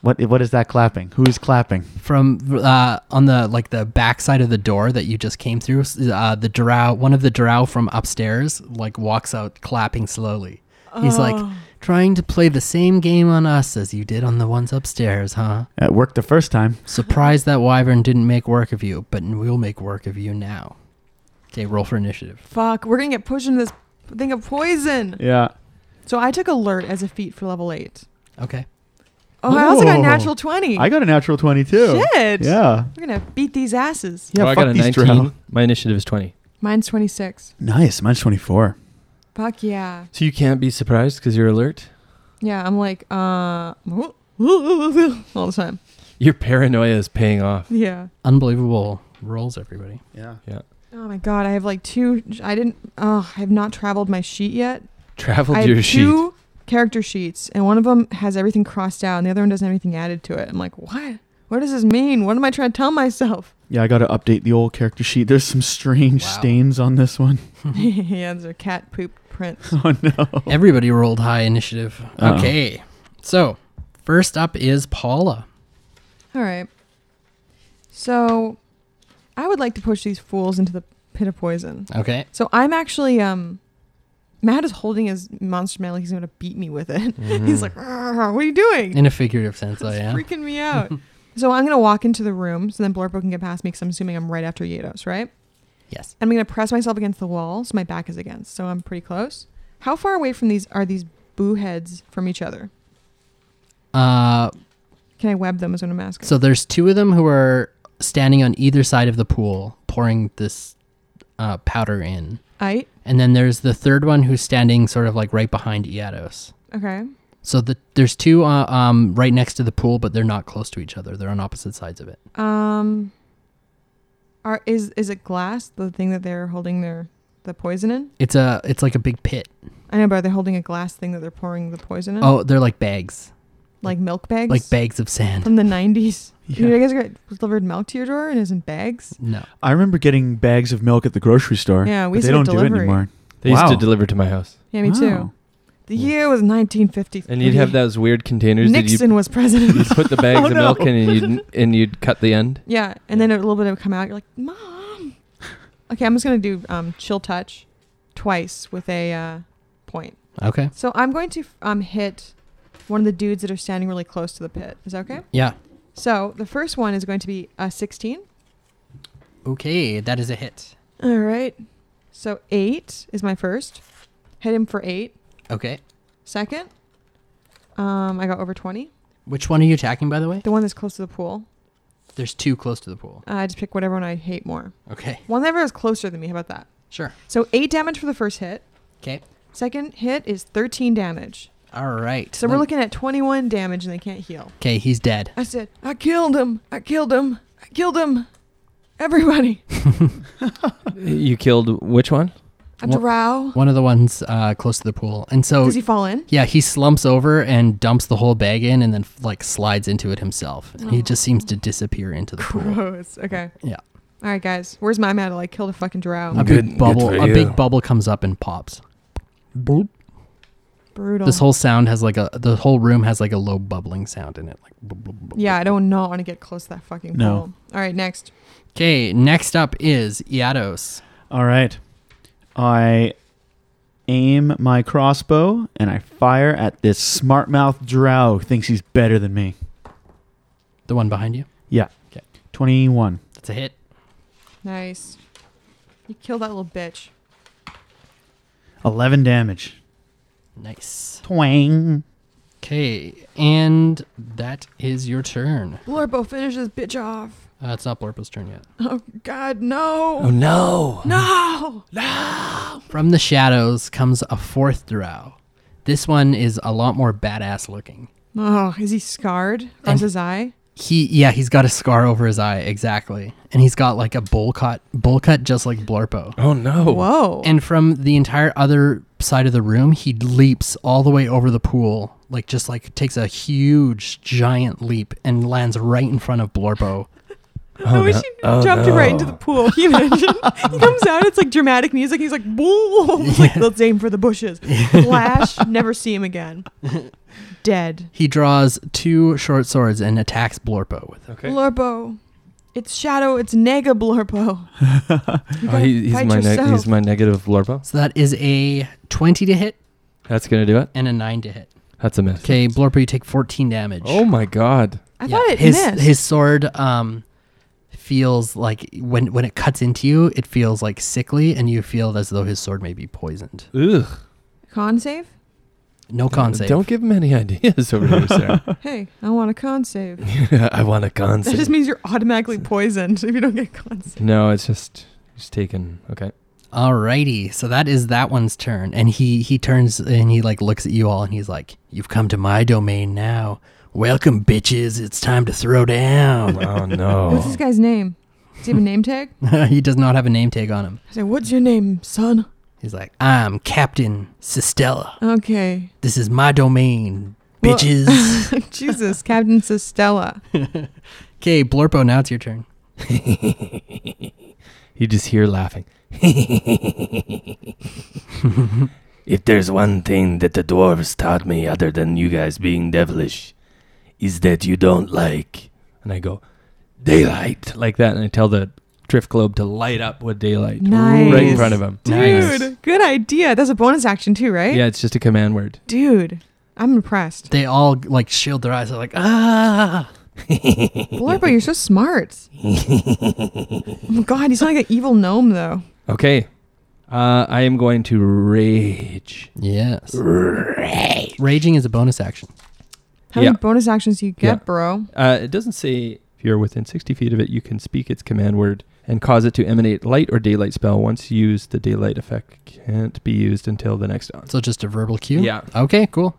Speaker 5: What what is that clapping? Who is clapping?
Speaker 3: from uh, on the like the backside of the door that you just came through. s- Uh, the drow, one of the drow from upstairs, like walks out clapping slowly. He's like
Speaker 2: Oh.
Speaker 3: trying to play the same game on us as you did on the ones upstairs, huh?
Speaker 5: It worked the first time.
Speaker 3: Surprised that wyvern didn't make work of you, but we'll make work of you now. Okay, roll for initiative.
Speaker 2: Fuck, we're gonna get pushed into this thing of poison.
Speaker 5: Yeah.
Speaker 2: So I took alert as a feat for level eight.
Speaker 3: Okay.
Speaker 2: Oh, I also got
Speaker 5: Ooh.
Speaker 2: a natural twenty.
Speaker 5: I got a natural twenty two.
Speaker 2: Shit.
Speaker 5: Yeah.
Speaker 2: We're gonna beat these asses.
Speaker 5: Yeah.
Speaker 6: Oh, I
Speaker 5: fuck
Speaker 6: got a
Speaker 5: these
Speaker 6: 19.
Speaker 5: drow.
Speaker 6: My initiative is 20.
Speaker 2: Mine's twenty six.
Speaker 5: Nice. Mine's twenty four.
Speaker 2: Fuck yeah.
Speaker 6: So you can't be surprised because you're alert?
Speaker 2: Yeah, I'm like, uh all the time.
Speaker 6: Your paranoia is paying off.
Speaker 2: Yeah.
Speaker 3: Unbelievable rolls, everybody.
Speaker 5: Yeah.
Speaker 2: Oh my god, I have like two I didn't oh, I have not traveled my sheet yet.
Speaker 6: Traveled
Speaker 2: I have
Speaker 6: your sheet.
Speaker 2: two character sheets and one of them has everything crossed out and the other one doesn't have anything added to it. I'm like, what? What does this mean? What am I trying to tell myself?
Speaker 5: Yeah. I got to update the old character sheet. There's some strange
Speaker 3: Wow.
Speaker 5: stains on this one.
Speaker 2: yeah, those are cat poop prints.
Speaker 5: Oh no.
Speaker 3: Everybody rolled high initiative.
Speaker 5: Uh-oh.
Speaker 3: Okay, so first up is Paula.
Speaker 2: All right. So, I would like to push these fools into the pit of poison.
Speaker 3: Okay.
Speaker 2: So I'm actually um, Matt is holding his monster man like he's gonna beat me with it. he's like, "Argh, "What are you doing?"
Speaker 3: In a figurative sense,
Speaker 2: it's
Speaker 3: I am.
Speaker 2: freaking me out. so I'm gonna walk into the room so then Blurpo can get past me because I'm assuming I'm right after Yados, right?
Speaker 3: Yes.
Speaker 2: And I'm gonna press myself against the wall so my back is against. So I'm pretty close. How far away from these are these boo heads from each other?
Speaker 3: Uh,
Speaker 2: Can I web them as an mask?
Speaker 3: so there's two of them who are standing on either side of the pool, pouring this uh, powder in.
Speaker 2: I
Speaker 3: And then there's the third one who's standing sort of like right behind Iados.
Speaker 2: okay.
Speaker 3: So the, there's two uh, um, right next to the pool, but they're not close to each other. They're on opposite sides of it.
Speaker 2: Um, are is is it glass the thing that they're holding their the poison in?
Speaker 3: It's a it's like a big pit.
Speaker 2: I know, but are they holding a glass thing that they're pouring the poison in?
Speaker 3: Oh, they're like bags,
Speaker 2: like milk Hmm. bags, Um,
Speaker 3: like bags of sand.
Speaker 2: from the nineties.
Speaker 5: Yeah.
Speaker 2: You guys got delivered milk to your door and it was in bags.
Speaker 3: No,
Speaker 5: I remember getting bags of milk at the grocery store.
Speaker 2: Yeah, we
Speaker 5: but
Speaker 2: used
Speaker 5: they
Speaker 2: to
Speaker 5: don't
Speaker 2: get
Speaker 5: do it
Speaker 2: delivery.
Speaker 5: anymore.
Speaker 8: They used
Speaker 5: Wow.
Speaker 8: to deliver to my house.
Speaker 2: Yeah, me too.
Speaker 5: Wow.
Speaker 2: The year was nineteen fifty.
Speaker 6: And you'd have those weird containers that
Speaker 2: Nixon was
Speaker 6: you you'd
Speaker 2: president.
Speaker 6: put the bags
Speaker 2: Oh,
Speaker 6: of
Speaker 2: no.
Speaker 6: milk in and you'd and you'd cut the end.
Speaker 2: yeah, and then a little bit would come out. You're like, mom. Okay, I'm just gonna do um, chill touch twice with a uh, point.
Speaker 3: okay,
Speaker 2: So I'm going to um, hit one of the dudes that are standing really close to the pit. Is that okay?
Speaker 3: yeah,
Speaker 2: So the first one is going to be a 16.
Speaker 3: okay, that is a hit.
Speaker 2: All right. So eight is my first. Hit him for eight.
Speaker 3: Okay,
Speaker 2: Second, um, I got over 20.
Speaker 3: which one are you attacking, by the way?
Speaker 2: The one that's close to the pool.
Speaker 3: There's two close to the pool.
Speaker 2: Uh, I just pick whatever one I hate more.
Speaker 3: Okay,
Speaker 2: One that is closer than me. How about that?
Speaker 3: sure.
Speaker 2: So eight damage for the first hit.
Speaker 3: Okay,
Speaker 2: Second hit is 13 damage.
Speaker 3: all right.
Speaker 2: So we're looking at 21 damage and they can't heal.
Speaker 3: Okay, he's dead.
Speaker 2: I said, I killed him. I killed him. I killed him. Everybody.
Speaker 6: You killed which one?
Speaker 2: I have to row.
Speaker 3: One of the ones uh, close to the pool, and so
Speaker 2: Does he fall in?
Speaker 3: yeah, he slumps over and dumps the whole bag in, and then like slides into it himself. And He just seems to disappear into the pool.
Speaker 2: Gross. Okay.
Speaker 3: Yeah.
Speaker 2: All right, guys. Where's my medal? I killed a fucking drow.
Speaker 3: A
Speaker 8: Good-
Speaker 3: big
Speaker 8: good
Speaker 3: bubble,
Speaker 8: for
Speaker 3: a
Speaker 8: you.
Speaker 3: big bubble comes up and pops. Boop.
Speaker 2: Brutal.
Speaker 3: This whole sound has like a, the whole room has like a low bubbling sound in it. Like boop, boop, boop,
Speaker 2: yeah, I don't not want to get close to that fucking
Speaker 5: No.
Speaker 2: pole. All right, next.
Speaker 3: Okay, next up is Iados.
Speaker 5: All right. I aim my crossbow and I fire at this smart mouth drow who thinks he's better than me.
Speaker 3: The one behind you.
Speaker 5: 21.
Speaker 3: That's a hit.
Speaker 2: Nice. You killed that little bitch.
Speaker 5: 11 damage.
Speaker 3: Nice.
Speaker 5: Twang.
Speaker 3: Okay, and that is your turn.
Speaker 2: Blurpo, finish this bitch off.
Speaker 3: Uh, it's not Blorpo's turn yet.
Speaker 2: Oh, God, no.
Speaker 8: Oh,
Speaker 6: Oh,
Speaker 8: no.
Speaker 2: No.
Speaker 3: From the shadows comes a fourth drow. This one is a lot more badass looking.
Speaker 2: Oh, is he scarred? Across
Speaker 3: And-
Speaker 2: his eye?
Speaker 3: He yeah, he's got a scar over his eye exactly, and he's got like a bowl cut, bowl cut just like Blorpo.
Speaker 8: Oh no.
Speaker 2: Whoa.
Speaker 3: And from the entire other side of the room, he leaps all the way over the pool, like just like takes a huge giant leap and lands right in front of Blorpo.
Speaker 2: I wish he
Speaker 8: Oh,
Speaker 2: jumped right
Speaker 8: no.
Speaker 2: into the pool. Can you imagine? he comes out, it's like dramatic music. He's like, boom. It's like, let's aim for the bushes. Flash, never see him again. Dead.
Speaker 3: He draws two short swords and attacks Blorpo with them.
Speaker 6: Okay.
Speaker 2: Blurpo. It's Shadow, it's Nega Blurpo. You
Speaker 6: Oh,
Speaker 2: gotta
Speaker 6: he, he's
Speaker 2: fight
Speaker 6: my neg
Speaker 2: yourself.
Speaker 6: he's my negative Lorpo.
Speaker 3: So that is a 20 to hit
Speaker 6: That's gonna do it.
Speaker 3: and a 9 to hit.
Speaker 6: That's a miss.
Speaker 3: Okay, Blorpo, you take 14 damage.
Speaker 6: Oh my god.
Speaker 2: I
Speaker 3: Yeah,
Speaker 2: thought it
Speaker 3: his,
Speaker 2: missed.
Speaker 3: His sword um, feels like when, when it cuts into you, it feels like sickly, and you feel as though his sword may be poisoned.
Speaker 6: Ugh.
Speaker 2: con save?
Speaker 3: No con save.
Speaker 6: Don't give him any ideas over here, Sarah.
Speaker 2: Hey, I want a con save.
Speaker 8: I want a con
Speaker 2: That
Speaker 8: save.
Speaker 2: just means you're automatically poisoned if you don't get con save.
Speaker 6: no, it's just he's taken. Okay.
Speaker 3: Alrighty, so that is that one's turn, and he he turns and he like looks at you all, and he's like, "You've come to my domain now. Welcome, bitches. It's time to throw down."
Speaker 8: Oh
Speaker 2: What's this
Speaker 8: no.
Speaker 2: guy's name? Does he have a name tag?
Speaker 3: he does not have a name tag on him.
Speaker 2: I say, what's your name, son?
Speaker 3: He's like, "I'm Captain Sistella.
Speaker 2: Okay.
Speaker 3: This is my domain,
Speaker 2: Well-
Speaker 3: bitches."
Speaker 2: Jesus, Captain Sistella.
Speaker 3: okay, Blorpo, now it's your turn.
Speaker 6: You just hear laughing.
Speaker 8: If there's one thing that the dwarves taught me other than you guys being devilish, is that you don't like
Speaker 6: And I go, daylight like that, and I tell the drift globe to light up with daylight
Speaker 2: Nice.
Speaker 6: right in front of him.
Speaker 2: Dude,
Speaker 3: Nice.
Speaker 2: good idea. That's a bonus action too, right?
Speaker 6: Yeah, it's just a command word.
Speaker 2: Dude, I'm impressed.
Speaker 3: They all like shield their eyes. They're like, "Ah!"
Speaker 2: Blurbo, you're so smart. oh my god, you sound like an evil gnome though.
Speaker 6: Okay. Uh, I am going to rage.
Speaker 3: Yes. Raging is a bonus action.
Speaker 2: How many
Speaker 6: Yeah.
Speaker 2: bonus actions do you get,
Speaker 6: Yeah.
Speaker 2: bro?
Speaker 6: Uh, it doesn't say if If you are within 60 feet of it, you can speak its command word and cause it to emanate light or daylight spell. Once used, the daylight effect can't be used until the next dawn.
Speaker 3: So just a verbal cue.
Speaker 6: Yeah.
Speaker 3: Okay. Cool.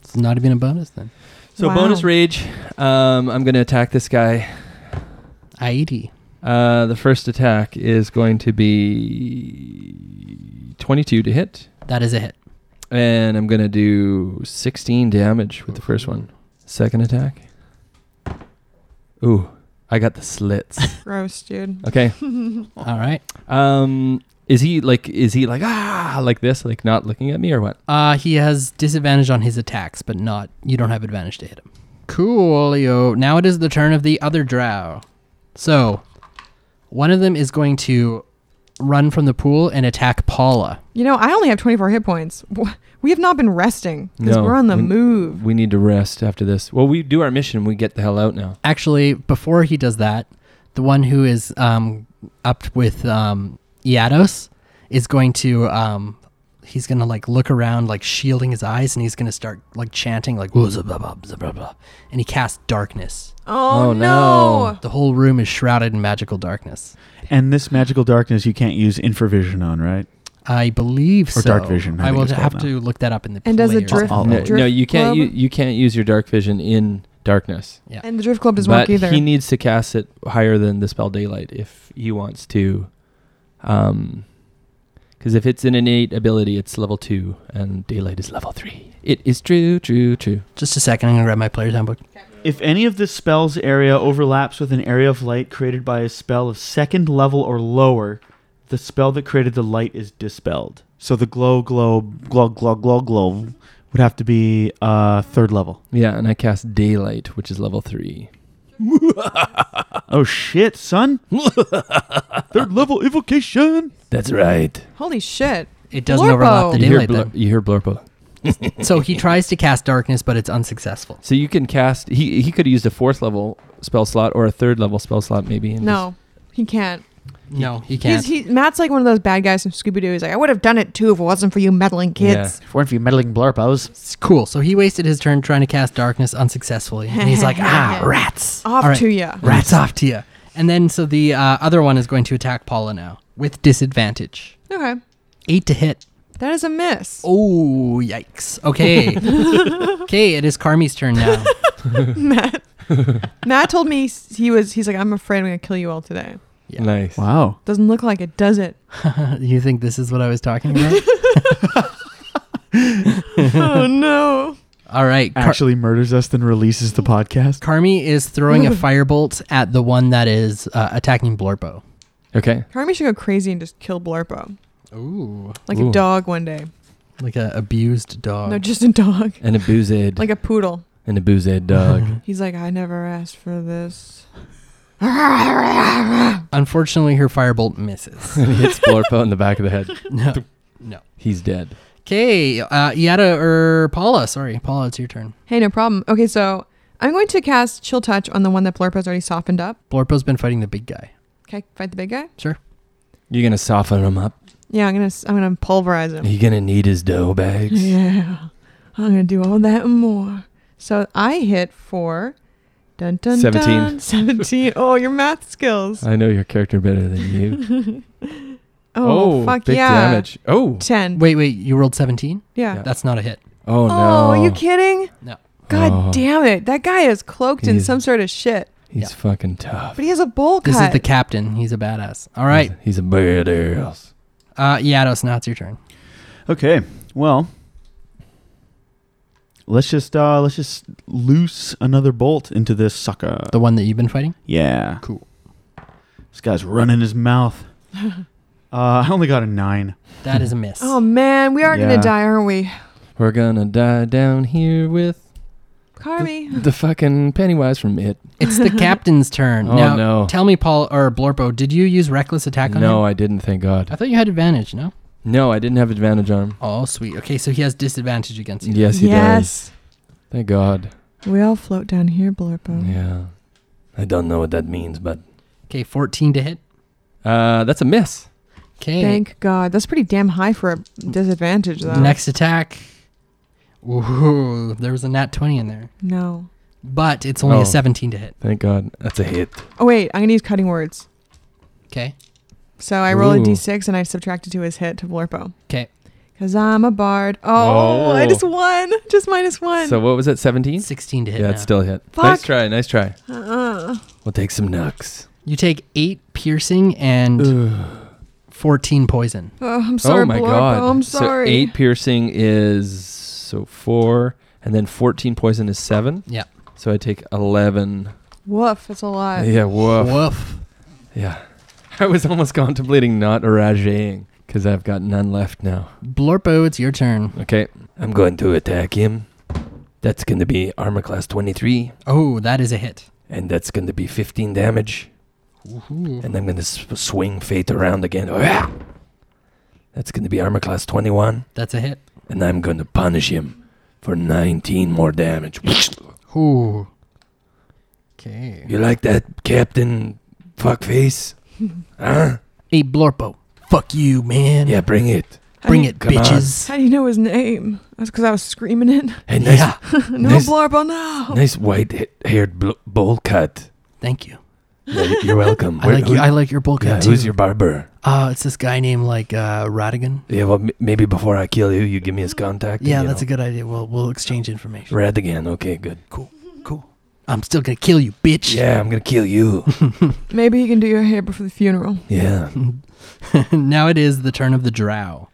Speaker 3: It's not even a bonus then.
Speaker 6: So
Speaker 2: Wow.
Speaker 6: bonus rage. Um, I'm going to attack this guy.
Speaker 3: Aighty.
Speaker 6: Uh, the first attack is going to be 22 to hit,
Speaker 3: That is a hit.
Speaker 6: and I'm going to do 16 damage with the first one. Second attack. Ooh, I got the slits.
Speaker 2: Gross, dude.
Speaker 6: Okay.
Speaker 3: All right.
Speaker 6: Um, is he like? Is he like ah like this? Like not looking at me or what?
Speaker 3: Uh, he has disadvantage on his attacks, but not. You don't have advantage to hit him. Coolio. Now it is the turn of the other drow. So, one of them is going to run from the pool and attack Paula.
Speaker 2: You know, I only have 24 hit points. Wh- We have not been resting because
Speaker 6: No,
Speaker 2: we're on the
Speaker 6: we-
Speaker 2: move.
Speaker 6: We need to rest after this. Well, we do our mission. We get the hell out now.
Speaker 3: Actually, before he does that, the one who is um, up with um, Iados is going to. Um, he's going to like look around, like shielding his eyes, and he's going to start like chanting, like, "Woo, zah, blah, blah, zah, blah, blah," and he casts darkness.
Speaker 2: Oh,
Speaker 6: Oh,
Speaker 2: no.
Speaker 6: no.
Speaker 3: The whole room is shrouded in magical darkness.
Speaker 5: And this magical darkness you can't use infravision on, right?
Speaker 3: I believe
Speaker 5: Or
Speaker 3: so.
Speaker 5: dark vision, I
Speaker 3: I
Speaker 5: think
Speaker 3: will
Speaker 5: it's
Speaker 3: have
Speaker 5: called
Speaker 3: to look that up in the.
Speaker 2: And does it drift-
Speaker 3: player's book.
Speaker 6: No,
Speaker 2: Drift
Speaker 6: no, you
Speaker 2: club?
Speaker 6: can't. You, you can't use your dark vision in darkness.
Speaker 2: And the drift club doesn't
Speaker 6: But
Speaker 2: work either.
Speaker 6: he needs to cast it higher than the spell daylight if he wants to. Um, because if it's an innate ability, it's level two, and daylight is level three. It is true, true, true.
Speaker 3: Just a second. I'm gonna grab my player's handbook.
Speaker 5: If any of this spell's area overlaps with an area of light created by a spell of second level or lower, the spell that created the light is dispelled. So the glow, glow, glow, glow, glow, glow would have to be uh, third level.
Speaker 6: Yeah, and I cast daylight, which is level three.
Speaker 5: Oh shit, son! third level evocation.
Speaker 8: That's right.
Speaker 2: Holy shit.
Speaker 3: It doesn't overlap the
Speaker 6: you hear
Speaker 3: daylight.
Speaker 6: blur- you hear blurple.
Speaker 3: then. so he tries to cast darkness, but it's unsuccessful.
Speaker 6: So you can cast. He he could have used a fourth level spell slot or a third level spell slot maybe. and
Speaker 2: No, he can't.
Speaker 3: No, he can't.
Speaker 2: He's, he, Matt's like one of those bad guys from Scooby Doo. He's like, I would have done it too if it wasn't for you meddling kids.
Speaker 5: If weren't for you meddling blurpos.
Speaker 3: It's cool. So he wasted his turn trying to cast darkness unsuccessfully, and he's like, "Ah, rats!
Speaker 2: Off
Speaker 3: All right,
Speaker 2: to ya.
Speaker 3: Rats off to you!" And then so the uh, other one is going to attack Paula now with disadvantage.
Speaker 2: Okay.
Speaker 3: Eight to hit.
Speaker 2: That is a miss.
Speaker 3: Oh yikes! Okay, okay. It is Carmi's turn now.
Speaker 2: Matt. Matt told me s- he was, he's like, I'm afraid I'm going to kill you all today.
Speaker 3: Yeah.
Speaker 6: Nice.
Speaker 5: Wow.
Speaker 2: Doesn't look like it, does it?
Speaker 3: you think this is what I was talking about?
Speaker 2: oh no.
Speaker 3: All right, Car-
Speaker 5: Actually murders us, then releases the podcast.
Speaker 3: Carmi is throwing a firebolt at the one that is uh, attacking Blorpo.
Speaker 6: Okay.
Speaker 2: Carmi should go crazy and just kill Blurpo.
Speaker 3: Ooh,
Speaker 2: Like a
Speaker 6: Ooh.
Speaker 2: dog one day.
Speaker 3: like a abused dog.
Speaker 2: No, just a dog.
Speaker 6: An abused.
Speaker 2: Like a poodle.
Speaker 6: an abused dog.
Speaker 2: He's like, I never asked for this.
Speaker 3: Unfortunately, her firebolt misses.
Speaker 6: and hits Blorpo in the back of the head.
Speaker 3: no.
Speaker 6: He's dead.
Speaker 3: Okay, uh, Yada or Paula? Sorry, Paula, it's your turn.
Speaker 2: Hey, no problem. Okay, so I'm going to cast Chill Touch on the one that Blurpo's already softened up.
Speaker 3: Blorpo's been fighting the big guy.
Speaker 2: Okay, fight the big guy.
Speaker 8: You're gonna soften him up.
Speaker 2: Yeah, I'm gonna s- I'm gonna pulverize him.
Speaker 8: You're gonna need his dough bags.
Speaker 2: Yeah, I'm gonna do all that and more. So I hit for dun dun
Speaker 6: 17.
Speaker 2: dun, seventeen. Oh, your math skills.
Speaker 6: I know your character better than you.
Speaker 2: Oh, fuck
Speaker 6: big
Speaker 2: yeah.
Speaker 6: damage. Oh.
Speaker 2: Ten.
Speaker 3: Wait, wait, you rolled 17?
Speaker 2: yeah.
Speaker 6: yeah.
Speaker 3: That's not a hit.
Speaker 6: Oh,
Speaker 2: Oh,
Speaker 6: no.
Speaker 2: are you kidding?
Speaker 3: No.
Speaker 2: God
Speaker 6: Oh.
Speaker 2: damn it! That guy is cloaked in
Speaker 6: He's-
Speaker 2: some sort of shit,
Speaker 6: He's
Speaker 3: Yeah.
Speaker 6: fucking tough.
Speaker 2: but he has a bowl
Speaker 3: This
Speaker 2: cut.
Speaker 3: is the captain. He's a badass. All right,
Speaker 8: He's a badass.
Speaker 3: uh, Yados, now it's your turn.
Speaker 5: Okay. Well, let's just uh let's just loose another bolt into this sucker.
Speaker 3: The one that you've been fighting?
Speaker 5: Yeah.
Speaker 3: Cool.
Speaker 5: This guy's running his mouth. uh, I only got a nine.
Speaker 3: That is a miss.
Speaker 2: oh man, we are
Speaker 5: Yeah.
Speaker 2: gonna die, aren't we?
Speaker 6: We're gonna die down here with
Speaker 2: Carmi.
Speaker 6: the fucking Pennywise from It.
Speaker 3: It's the captain's turn.
Speaker 6: Oh,
Speaker 3: now,
Speaker 6: no.
Speaker 3: Tell me, Paul or Blorpo, did you use reckless attack on him?
Speaker 6: No, I didn't, thank God.
Speaker 3: I thought you had advantage, no?
Speaker 6: No, I didn't have advantage on him.
Speaker 3: Oh, sweet. Okay, so he has disadvantage against you.
Speaker 6: Yes, he does.
Speaker 2: yes.
Speaker 6: Thank God.
Speaker 2: We all float down here, Blurpo.
Speaker 8: Yeah. I don't know what that means, but
Speaker 3: Okay, 14 to hit.
Speaker 6: Uh, that's a miss.
Speaker 3: Okay.
Speaker 2: Thank God. That's pretty damn high for a disadvantage, though.
Speaker 3: Next attack. Ooh, there was a nat 20 in there.
Speaker 2: No.
Speaker 3: but it's only
Speaker 6: Oh.
Speaker 3: a 17 to hit.
Speaker 6: Thank God. That's a hit.
Speaker 2: Oh wait, I'm gonna use cutting words.
Speaker 3: Okay.
Speaker 2: So I roll a
Speaker 6: Ooh.
Speaker 2: d6 and I subtracted to his hit to Blurpo.
Speaker 3: 'Kay.
Speaker 2: Cause I'm a bard. Oh,
Speaker 6: Oh.
Speaker 2: I just won. Just minus one.
Speaker 6: So what was it? 17?
Speaker 3: 16 to hit.
Speaker 6: Yeah,
Speaker 3: now.
Speaker 6: it's still a hit.
Speaker 2: Fuck.
Speaker 6: Nice try. Nice try.
Speaker 2: uh,
Speaker 8: We'll take some knocks.
Speaker 3: You take eight piercing and 14 poison.
Speaker 2: oh, I'm sorry,
Speaker 6: oh my
Speaker 2: Blurpo.
Speaker 6: God.
Speaker 2: I'm sorry.
Speaker 6: So eight piercing is so four, and then 14 poison is seven.
Speaker 3: Yeah.
Speaker 6: So I take 11.
Speaker 2: Woof. That's a lot.
Speaker 6: yeah, woof.
Speaker 3: Woof.
Speaker 6: Yeah. I was almost contemplating not rageing because I've got none left now.
Speaker 3: Blorpo, it's your turn.
Speaker 6: Okay.
Speaker 8: I'm going to attack him. That's going to be armor class 23,
Speaker 3: Oh, that is a hit.
Speaker 8: and that's going to be 15 damage. And I'm going to sp- swing Fate around again. Ah! That's going to be armor class 21,
Speaker 3: That's a hit.
Speaker 8: and I'm going to punish him for 19 more damage.
Speaker 3: Ooh. Okay.
Speaker 8: You like that, Captain Fuckface? Huh?
Speaker 3: Hey, Blorpo. Fuck you, man.
Speaker 8: Yeah, bring it.
Speaker 2: How
Speaker 3: Bring
Speaker 2: do you-
Speaker 3: it,
Speaker 8: Come on.
Speaker 3: bitches.
Speaker 2: How do you know his name? That's because I was screaming it.
Speaker 8: Hey, nice,
Speaker 3: Yeah.
Speaker 2: no,
Speaker 8: Nice.
Speaker 2: Blurpo, no.
Speaker 8: nice white-haired bl- bowl cut.
Speaker 3: Thank you.
Speaker 8: Yeah, y- You're welcome.
Speaker 3: I
Speaker 8: Where-
Speaker 3: like
Speaker 8: who-
Speaker 3: you. I like your bull
Speaker 8: yeah,
Speaker 3: cut too.
Speaker 8: who's your barber?
Speaker 3: Uh, it's this guy named like uh, Radigan.
Speaker 8: Yeah, well, m- maybe before I kill you, you give me his contact.
Speaker 3: Yeah, that's a good idea. We'll we'll exchange information.
Speaker 8: Red again. Okay, good.
Speaker 3: I'm still gonna kill you, bitch.
Speaker 8: Yeah, I'm gonna kill you.
Speaker 2: Maybe he can do your hair before the funeral.
Speaker 8: yeah.
Speaker 3: now it is the turn of the drow.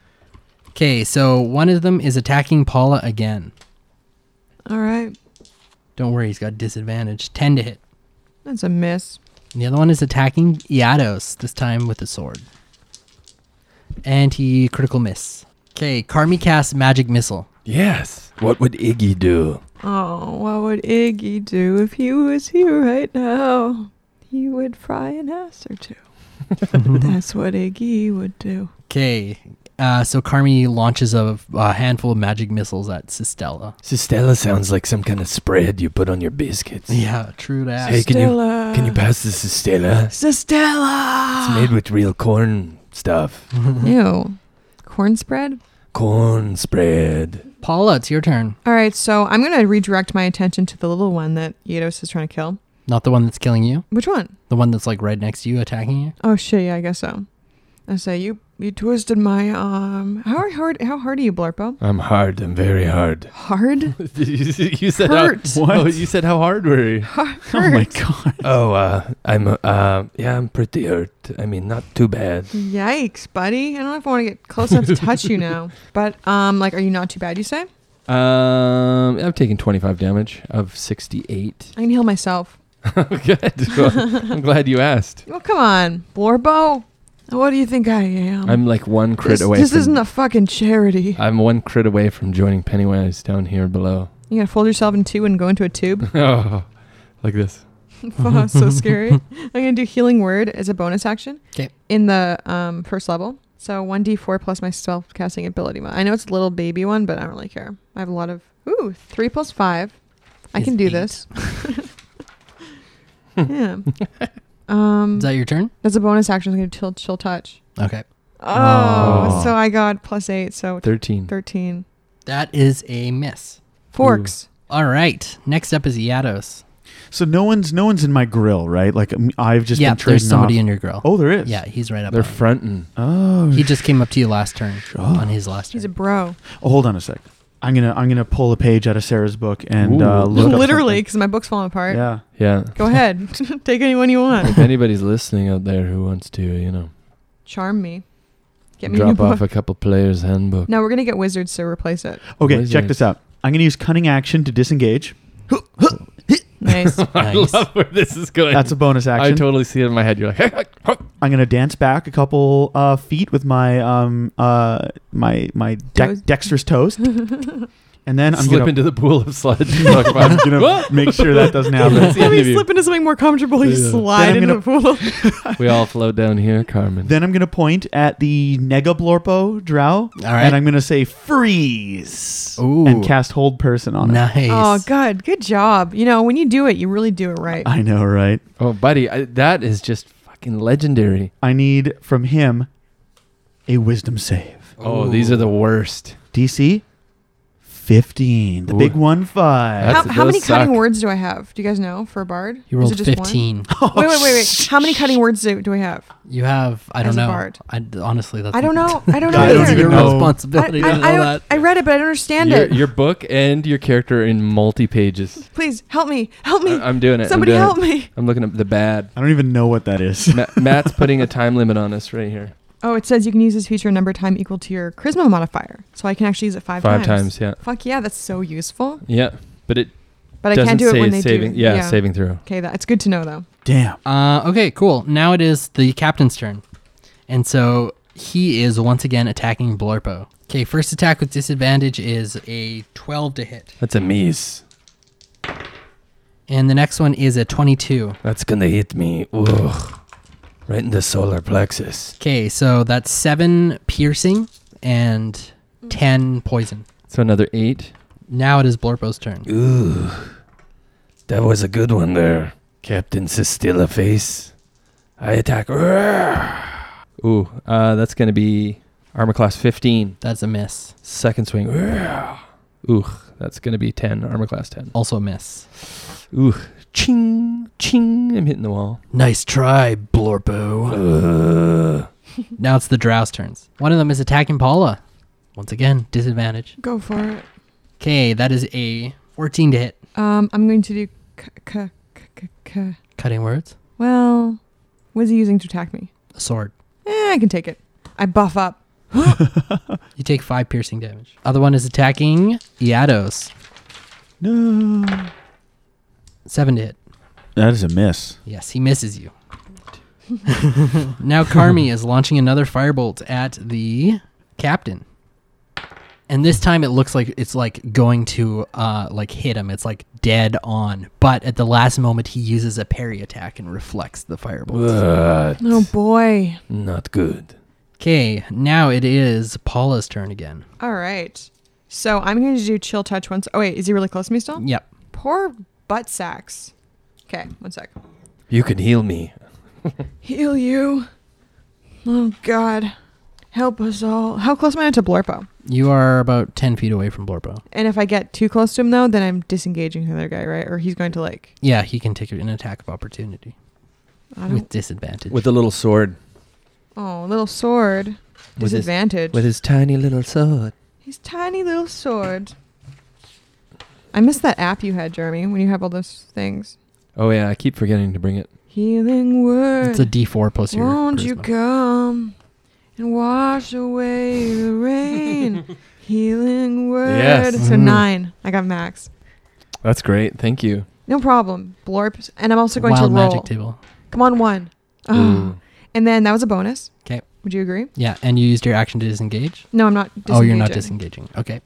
Speaker 3: Okay, so one of them is attacking Paula again.
Speaker 2: All right.
Speaker 3: Don't worry, he's got disadvantage. Ten to hit.
Speaker 2: That's a miss.
Speaker 3: And the other one is attacking Iados, this time with a sword. And he critical miss. Okay, Carmi casts magic missile.
Speaker 8: Yes. What would Iggy do?
Speaker 2: Oh, what would Iggy do if he was here right now? He would fry an ass or two. That's what Iggy would do.
Speaker 3: Okay, uh, so Carmi launches a, a handful of magic missiles at Sistella.
Speaker 8: Sistella sounds like some kind of spread you put on your biscuits.
Speaker 3: Yeah, true that.
Speaker 8: Hey, can you
Speaker 2: Stella.
Speaker 8: can you pass this to Stella? It's
Speaker 2: Stella.
Speaker 8: made with real corn stuff.
Speaker 2: Ew. Corn spread?
Speaker 8: Corn spread.
Speaker 3: Paula, it's your turn.
Speaker 2: All right, so I'm going to redirect my attention to the little one that Eidos is trying to kill.
Speaker 3: Not the one that's killing you,
Speaker 2: Which one?
Speaker 3: the one that's like right next to you attacking you.
Speaker 2: Oh, shit, yeah, I guess so. I say, you you twisted my arm. How hard, how hard are you, Blurpo?
Speaker 8: I'm hard. I'm very hard.
Speaker 2: Hard?
Speaker 6: you said
Speaker 2: Hurt.
Speaker 6: How, Oh, you said how hard were you?
Speaker 2: Hard.
Speaker 5: Oh my god.
Speaker 8: Oh, uh, I'm uh, uh, yeah, I'm pretty hurt. I mean, not too bad.
Speaker 2: Yikes, buddy. I don't know if I want to get close enough to touch you now. But um like are you not too bad, you say? I
Speaker 6: Um, I've taken 25 damage of 68.
Speaker 2: can heal myself.
Speaker 6: Good. Well, I'm glad you asked.
Speaker 2: Oh come on, Blorbo. What do you think I am?
Speaker 6: I'm like one crit
Speaker 2: Um, this,
Speaker 6: away.
Speaker 2: This
Speaker 6: from,
Speaker 2: isn't a fucking charity.
Speaker 6: I'm one crit away from joining Pennywise down here below.
Speaker 2: you gonna fold yourself in two and go into a tube?
Speaker 6: oh, like this.
Speaker 2: Fuck, so scary. I'm gonna do healing word as a bonus action.
Speaker 3: 'Kay.
Speaker 2: In the um first level. So one D four plus my spell casting ability. mo- I know it's a little baby one, but I don't really care. I have a lot of ooh, three plus five. I
Speaker 3: Is
Speaker 2: can do
Speaker 3: eight.
Speaker 2: this. yeah. Um
Speaker 3: Is that your turn?
Speaker 2: That's a bonus action. I'm going to tilt chill touch.
Speaker 3: Okay.
Speaker 2: Oh,
Speaker 6: Oh.
Speaker 2: so I got plus eight, so
Speaker 6: 13.
Speaker 2: 13.
Speaker 3: That is a miss.
Speaker 2: Forks.
Speaker 3: All right. Next up is Yados.
Speaker 5: So no one's no one's in my grill, right? Like um, I've just
Speaker 3: yeah,
Speaker 5: been trading
Speaker 3: there's somebody
Speaker 5: off.
Speaker 3: in your grill.
Speaker 5: oh, there is.
Speaker 3: Yeah, he's right up.
Speaker 6: They're
Speaker 3: on you.
Speaker 6: fronting.
Speaker 5: Oh.
Speaker 3: he just came up to you last turn
Speaker 5: up.
Speaker 3: on his last turn.
Speaker 2: He's a bro.
Speaker 5: oh, hold on a sec. I'm gonna I'm gonna pull a page out of Sarah's book and
Speaker 6: Ooh.
Speaker 5: uh, look up
Speaker 2: Literally,
Speaker 5: something.
Speaker 2: because my book's falling apart.
Speaker 5: Yeah.
Speaker 6: Yeah.
Speaker 2: Go ahead. Take anyone you want.
Speaker 6: If anybody's listening out there who wants to, you know,
Speaker 2: Charm me. Get me a new
Speaker 6: drop
Speaker 2: book.
Speaker 6: off a couple players' handbook.
Speaker 2: no, we're going to get wizards to replace it.
Speaker 5: Okay, check
Speaker 6: Wizards.
Speaker 5: this out. I'm gonna use cunning action to disengage.
Speaker 2: Nice.
Speaker 6: I
Speaker 3: Nice.
Speaker 6: love where this is going.
Speaker 5: That's a bonus
Speaker 6: I
Speaker 5: action.
Speaker 6: totally see it in my head. You're like,
Speaker 5: I'm gonna dance back a couple uh, feet with my um uh my my de-
Speaker 2: Toes.
Speaker 5: dexterous toes, and then I'm
Speaker 6: slip
Speaker 5: gonna
Speaker 6: into the pool of sludge.
Speaker 5: I'm gonna make sure that doesn't happen.
Speaker 2: Let me slip into something more comfortable. You
Speaker 6: Yeah.
Speaker 2: slide
Speaker 5: Then I'm
Speaker 2: into the pool.
Speaker 6: we all float down here, Carmen.
Speaker 5: Then I'm gonna point at the Negablorpo Drow,
Speaker 3: All right.
Speaker 5: and I'm gonna say freeze
Speaker 3: Ooh.
Speaker 5: and cast hold person on it.
Speaker 3: nice.
Speaker 2: oh, good. Good job. You know, when you do it, you really do it right.
Speaker 5: I know, right?
Speaker 6: Oh, buddy, I, that is just fucking legendary.
Speaker 5: I need from him a wisdom save.
Speaker 6: Oh, these are the worst.
Speaker 5: DC 15. The
Speaker 6: Ooh.
Speaker 5: big one five.
Speaker 6: That's-
Speaker 2: How, how many
Speaker 6: those
Speaker 2: cutting
Speaker 6: suck.
Speaker 2: words do I have? Do you guys know for a bard?
Speaker 3: You
Speaker 2: Is
Speaker 3: rolled
Speaker 2: it just one?
Speaker 3: 15.
Speaker 2: wait, wait, wait, wait. How many cutting words do, do we have?
Speaker 3: You have, I
Speaker 2: As
Speaker 3: don't
Speaker 2: a
Speaker 3: know.
Speaker 2: bard.
Speaker 3: I, honestly, that's
Speaker 2: I don't know. I don't know.
Speaker 5: I
Speaker 3: It's
Speaker 5: don't
Speaker 2: either.
Speaker 5: even
Speaker 3: your
Speaker 5: know.
Speaker 3: responsibility
Speaker 2: I, I,
Speaker 3: to know
Speaker 2: I don't-
Speaker 3: that.
Speaker 2: I read it, but I don't understand
Speaker 8: Your,
Speaker 2: it.
Speaker 8: your book and your character in multi pages.
Speaker 2: Please help me. Help me.
Speaker 6: Uh,
Speaker 8: I, am doing it. I'm
Speaker 2: Somebody
Speaker 8: doing
Speaker 2: help
Speaker 8: it.
Speaker 2: me.
Speaker 8: I'm looking up the bad.
Speaker 5: I don't even know what that is.
Speaker 8: Ma- Matt's putting a time limit on us right here.
Speaker 2: Oh, it says you can use this feature number time equal to your charisma modifier. So I can actually use it five,
Speaker 8: Five times. yeah.
Speaker 2: Fuck yeah, that's so useful.
Speaker 8: Yeah. But it
Speaker 2: But I
Speaker 8: doesn't
Speaker 2: can't do
Speaker 8: say
Speaker 2: it when they
Speaker 8: saving.
Speaker 2: do.
Speaker 8: Yeah, saving throw.
Speaker 2: Okay, that's good to know though.
Speaker 5: Damn.
Speaker 3: Uh, okay, cool. Now it is the captain's turn. And so he is once again attacking Blorpo. Okay, first attack with disadvantage is a 12 to hit.
Speaker 8: That's a miss.
Speaker 3: And the next one is a 22.
Speaker 8: That's gonna hit me. Ugh. Right in the solar plexus.
Speaker 3: Okay, so that's 7 piercing and 10 poison.
Speaker 8: So another eight.
Speaker 3: Now it is Blorpo's turn.
Speaker 8: Ooh. That was a good one there. Captain Sestilla face. I attack. Ooh, uh, that's gonna be armor class 15.
Speaker 3: That's a miss.
Speaker 8: Second swing. Ooh, that's gonna be 10. Armor class 10.
Speaker 3: Also a miss.
Speaker 8: Ooh, ching, ching. I'm hitting the wall.
Speaker 3: Nice try, Blorpo.
Speaker 8: Ugh.
Speaker 3: Now it's the drow's turns. One of them is attacking Paula. Once again, disadvantage.
Speaker 2: Go for it.
Speaker 3: Okay, that is a 14 to hit.
Speaker 2: Um, I'm going to do. K- k- k- k- k-
Speaker 3: Cutting words.
Speaker 2: Well, what is he using to attack me?
Speaker 3: A sword.
Speaker 2: Eh, I can take it. I buff up.
Speaker 3: You take five piercing damage. Other one is attacking Iados.
Speaker 5: No.
Speaker 3: Seven to hit.
Speaker 5: That is a miss.
Speaker 3: Yes, he misses you. now Carmi is launching another firebolt at the captain. And this time it looks like it's like going to uh like hit him. It's like dead on. But at the last moment he uses a parry attack and reflects the firebolt.
Speaker 8: What?
Speaker 2: Oh boy.
Speaker 8: Mm, Not good.
Speaker 3: Okay, now it is Paula's turn again.
Speaker 2: All right. So I'm going to do chill touch once. Oh wait, is he really close to me still?
Speaker 3: Yep.
Speaker 2: Poor butt sacks. Okay, one sec.
Speaker 8: You can heal me.
Speaker 2: Heal you. Oh God, help us all. How close am I to Blorpo?
Speaker 3: You are about ten feet away from Blorpo.
Speaker 2: And if I get too close to him though, then I'm disengaging the other guy, right? Or he's going to like.
Speaker 3: Yeah, he can take an attack of opportunity
Speaker 2: I
Speaker 3: with
Speaker 2: don't,
Speaker 3: disadvantage.
Speaker 8: With a little sword.
Speaker 2: oh, little sword.
Speaker 8: With his-
Speaker 2: Disadvantage.
Speaker 8: With his tiny little sword.
Speaker 2: His tiny little sword. I miss that app you had, Jeremy, when you have all those things.
Speaker 8: Oh yeah, I keep forgetting to bring it.
Speaker 2: Healing word.
Speaker 3: it's a D4 plus your.
Speaker 2: Won't you
Speaker 3: charisma.
Speaker 2: come and wash away the rain? Healing word.
Speaker 8: Yes.
Speaker 2: So
Speaker 3: Mm-hmm.
Speaker 8: Mhm.
Speaker 2: nine. I got max.
Speaker 8: That's great. Thank you.
Speaker 2: No problem. Blorp. And I'm also going
Speaker 3: Wild
Speaker 2: to roll.
Speaker 3: magic table.
Speaker 2: Come on, one. Ugh.
Speaker 8: Ooh.
Speaker 2: And then that was a bonus.
Speaker 3: 'Kay.
Speaker 2: Would you agree?
Speaker 3: Yeah, and you used your action to disengage.
Speaker 2: No, I'm not.
Speaker 3: Oh, you're not
Speaker 2: disengaging.
Speaker 3: disengaging. Okay.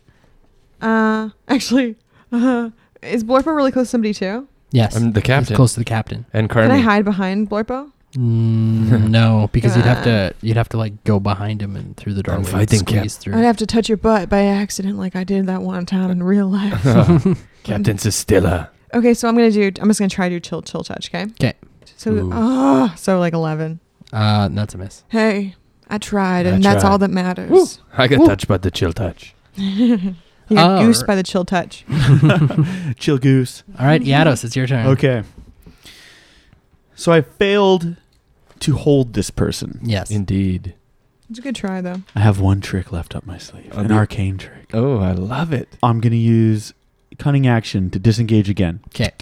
Speaker 2: Uh, actually, uh, is Blorpo really close to somebody too?
Speaker 3: Yes.
Speaker 8: I'm the
Speaker 3: He's
Speaker 8: captain.
Speaker 3: close to the captain.
Speaker 8: And
Speaker 2: Can I
Speaker 8: Carmen.
Speaker 2: hide behind Blorpo?
Speaker 3: Mm, no, because you'd have to you'd have to like go behind him and through the doorway. and
Speaker 8: fighting, Cap.
Speaker 3: squeeze through.
Speaker 2: I'd have to touch your butt by accident, like I did that one time in real life.
Speaker 8: Captain Sestilla.
Speaker 2: Okay, so I'm gonna do. I'm just gonna try to do chill, chill touch. Okay.
Speaker 3: 'Kay.
Speaker 2: So,
Speaker 8: Ooh.
Speaker 2: ah, so like eleven.
Speaker 3: uh, that's a miss.
Speaker 2: Hey, I tried,
Speaker 8: I
Speaker 2: and that's
Speaker 8: tried.
Speaker 2: all that matters.
Speaker 8: I got
Speaker 3: Ooh.
Speaker 8: touched by the chill touch.
Speaker 2: You got
Speaker 3: All
Speaker 2: goosed
Speaker 3: right.
Speaker 2: by the chill touch.
Speaker 5: Chill goose.
Speaker 3: All right, Yados, it's your turn.
Speaker 5: Okay. So I failed to hold this person.
Speaker 3: Yes.
Speaker 8: Indeed.
Speaker 2: It's a good try though.
Speaker 5: I have one trick left up my sleeve an
Speaker 8: Okay.
Speaker 5: arcane trick.
Speaker 8: Oh, I love it.
Speaker 5: I'm going to use cunning action to disengage again.
Speaker 3: Okay.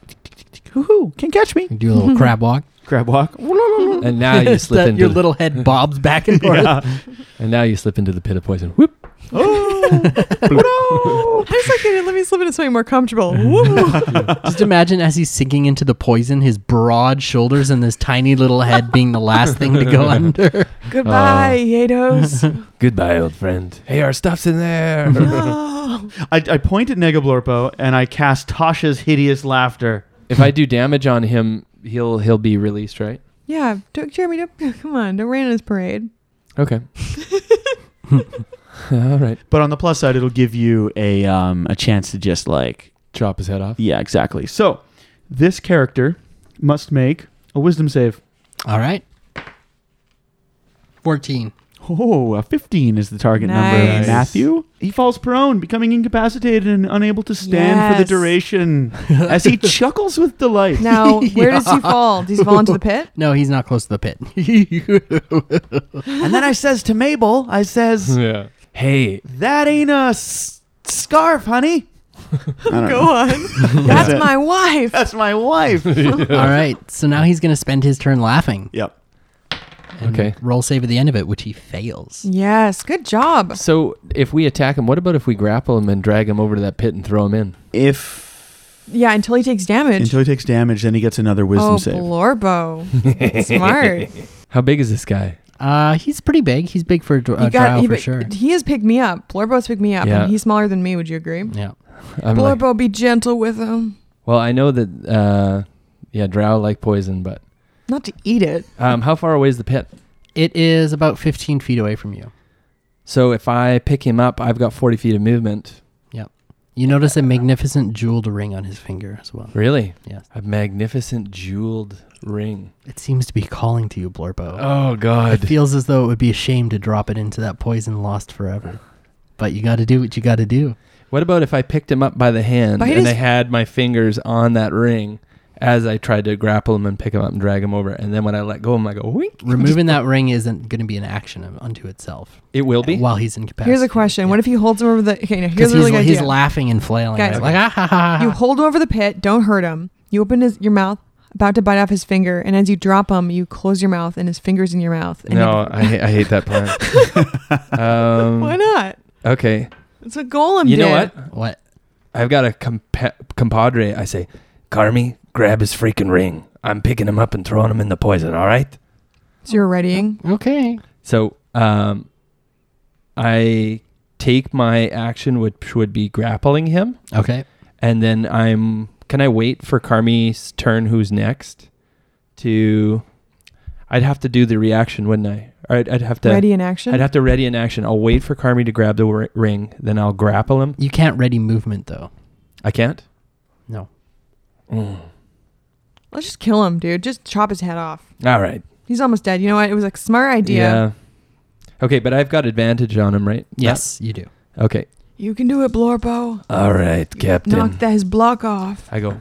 Speaker 5: Hoo-hoo, can't catch me.
Speaker 3: You do a little crab walk.
Speaker 5: Grab walk.
Speaker 8: And now you
Speaker 3: Is
Speaker 8: slip
Speaker 3: that
Speaker 8: into
Speaker 3: your
Speaker 8: the-
Speaker 3: little head bobs back and forth.
Speaker 8: and now you slip into the pit of poison. Whoop.
Speaker 2: I just like it. Let me slip into something more comfortable. Woo.
Speaker 3: Just imagine as he's sinking into the poison, his broad shoulders and this tiny little head being the last thing to go under.
Speaker 2: Goodbye, Yados.
Speaker 8: Goodbye, old friend. Hey, our stuff's in there.
Speaker 2: No.
Speaker 5: I, I point at Negablorpo and I cast Tasha's hideous laughter.
Speaker 8: if I do damage on him, he'll he'll be released, right?
Speaker 2: Yeah, don't, Jeremy, don't, come on, don't rain on his parade.
Speaker 8: Okay. All right.
Speaker 5: But on the plus side, it'll give you a um, a chance to just like
Speaker 8: Chop his head off.
Speaker 5: yeah, exactly. So this character must make a wisdom save.
Speaker 3: All right. 14.
Speaker 5: Oh, a 15 is the target number.
Speaker 2: Nice.
Speaker 5: Matthew, he falls prone, becoming incapacitated and unable to stand for
Speaker 2: Yes.
Speaker 5: the duration as he chuckles with delight.
Speaker 2: Now, where does he fall? Does he fall into the pit?
Speaker 3: No, he's not close to the pit.
Speaker 5: And then I says to Mabel, I says,
Speaker 6: Yeah. Hey,
Speaker 5: that ain't a s- scarf, honey.
Speaker 2: Go on. That's my wife.
Speaker 5: That's my wife.
Speaker 3: All right. So now he's going to spend his turn laughing.
Speaker 5: yep.
Speaker 3: and
Speaker 6: Okay.
Speaker 3: Roll save at the end of it, which he fails.
Speaker 2: Yes, good job.
Speaker 6: so if we attack him, what about if we grapple him and drag him over to that pit and throw him in?
Speaker 5: If
Speaker 2: Yeah, until he takes damage.
Speaker 5: until he takes damage, then he gets another wisdom
Speaker 2: Oh,
Speaker 5: save.
Speaker 2: Blorbo. Smart.
Speaker 6: How big is this guy?
Speaker 3: Uh, he's pretty big. He's big for a dr-
Speaker 2: You
Speaker 3: a drow
Speaker 2: he,
Speaker 3: for
Speaker 2: pi-
Speaker 3: sure.
Speaker 2: he has picked me up. Blorbo's picked me up.
Speaker 6: Yeah.
Speaker 2: And he's smaller than me, would you agree?
Speaker 3: Yeah.
Speaker 6: I'm like,
Speaker 2: Blorbo, be gentle with him.
Speaker 6: well, I know that, uh, yeah, drow like poison, but
Speaker 2: Not to eat it.
Speaker 6: um, how far away is the pit?
Speaker 3: It is about 15 feet away from you.
Speaker 6: So if I pick him up, I've got 40 feet of movement.
Speaker 3: You notice a magnificent jeweled ring on his finger as well.
Speaker 6: Really?
Speaker 3: Yes.
Speaker 6: A magnificent jeweled ring.
Speaker 3: It seems to be calling to you, Blorbo.
Speaker 6: Oh,
Speaker 3: it
Speaker 6: God.
Speaker 3: feels as though it would be a shame to drop it into that poison lost forever. But you got to do what you got to do.
Speaker 6: What about if I picked him up by the hand
Speaker 2: By
Speaker 6: and
Speaker 2: his-
Speaker 6: I had my fingers on that ring as I tried to grapple him and pick him up and drag him over? And then when I let go of him, I go, wink.
Speaker 3: Removing that ring isn't going to be an action of- unto itself
Speaker 6: It will be.
Speaker 3: while he's incapacitated.
Speaker 2: Here's a question. What if he holds him over the... Okay, now here's
Speaker 3: Because
Speaker 2: a
Speaker 3: he's,
Speaker 2: really good
Speaker 3: he's
Speaker 2: idea.
Speaker 3: laughing and flailing.
Speaker 2: Guys,
Speaker 3: right? Like, ah, ha, ha, ha.
Speaker 2: You hold him over the pit. Don't hurt him. You open his, your mouth, about to bite off his finger, and as you drop him, you close your mouth, and his fingers in your mouth. And
Speaker 6: No, I, ha- I hate that plan. um,
Speaker 2: why not?
Speaker 6: Okay.
Speaker 2: It's a golem.
Speaker 6: You
Speaker 2: did.
Speaker 6: know what?
Speaker 3: What?
Speaker 6: I've got a compa- compadre. I say, Carmi, grab his freaking ring. I'm picking him up and throwing him in the poison, all right?
Speaker 2: So you're readying.
Speaker 3: Okay.
Speaker 6: So um, I take my action, which would be grappling him,
Speaker 3: Okay.
Speaker 6: and then I'm. Can I wait for Carmi's turn? Who's next? To, I'd have to do the reaction, wouldn't I? Or I'd, I'd have to.
Speaker 2: Ready in action.
Speaker 6: I'd have to ready in action. I'll wait for Carmi to grab the ri- ring, then I'll grapple him.
Speaker 3: You can't ready movement, though.
Speaker 6: I can't.
Speaker 3: No.
Speaker 2: Let's just kill him, dude. Just chop his head off.
Speaker 6: All right.
Speaker 2: He's almost dead. You know what? It was a smart idea.
Speaker 6: Yeah. Okay, but I've got advantage on him, right?
Speaker 3: Yes, you do.
Speaker 6: Uh, okay.
Speaker 2: You can do it, Blorbo.
Speaker 6: All right, Captain.
Speaker 2: Knock that his block off.
Speaker 6: I go.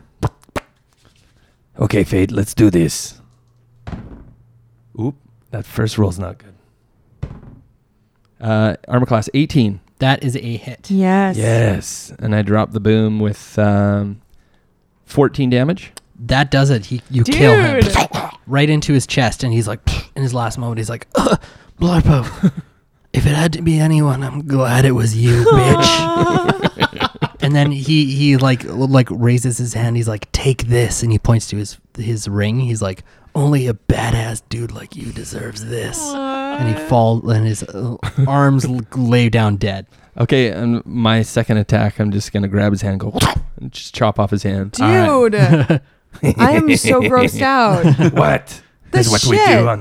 Speaker 6: Okay, Fate, let's do this. Oop, that first roll's not good. Uh, armor class 18.
Speaker 3: That is a hit.
Speaker 2: Yes.
Speaker 6: Yes. And I drop the boom with um, 14 damage.
Speaker 3: That does it. He, you
Speaker 2: Dude.
Speaker 3: kill him right into his chest, and he's like, in his last moment, he's like, Ugh, Blarpo, if it had to be anyone, I'm glad it was you, bitch. and then he he like l- like raises his hand. He's like, take this, and he points to his his ring. He's like, only a badass dude like you deserves this. And he falls, and his uh, arms l- lay down dead.
Speaker 6: Okay, and my second attack, I'm just going to grab his hand and go, and just chop off his hand.
Speaker 2: Dude, I am so grossed out.
Speaker 8: what?
Speaker 2: This shit.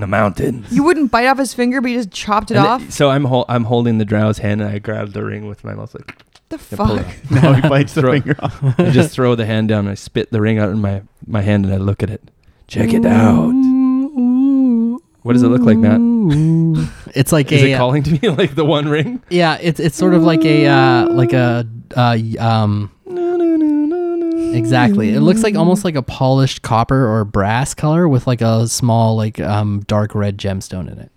Speaker 8: the mountains.
Speaker 2: You wouldn't bite off his finger, but you just chopped it
Speaker 6: And
Speaker 2: off.
Speaker 6: it- so I'm hol- I'm holding the drow's hand and I grab the ring with my mouth like
Speaker 2: the
Speaker 6: I pull
Speaker 2: fuck?
Speaker 6: it off.
Speaker 5: Now he bites the
Speaker 6: Throw-
Speaker 5: finger off.
Speaker 6: I just throw the hand down and I spit the ring out in my my hand and I look at it. Check it out.
Speaker 3: Mm.
Speaker 6: What does it look like, Matt?
Speaker 3: It's like
Speaker 6: Is
Speaker 3: a uh,
Speaker 6: it calling to me like the one ring?
Speaker 3: Yeah, it's it's sort of like a uh, like a uh, y- um exactly. It looks like almost like a polished copper or brass color with like a small like um dark red gemstone in it.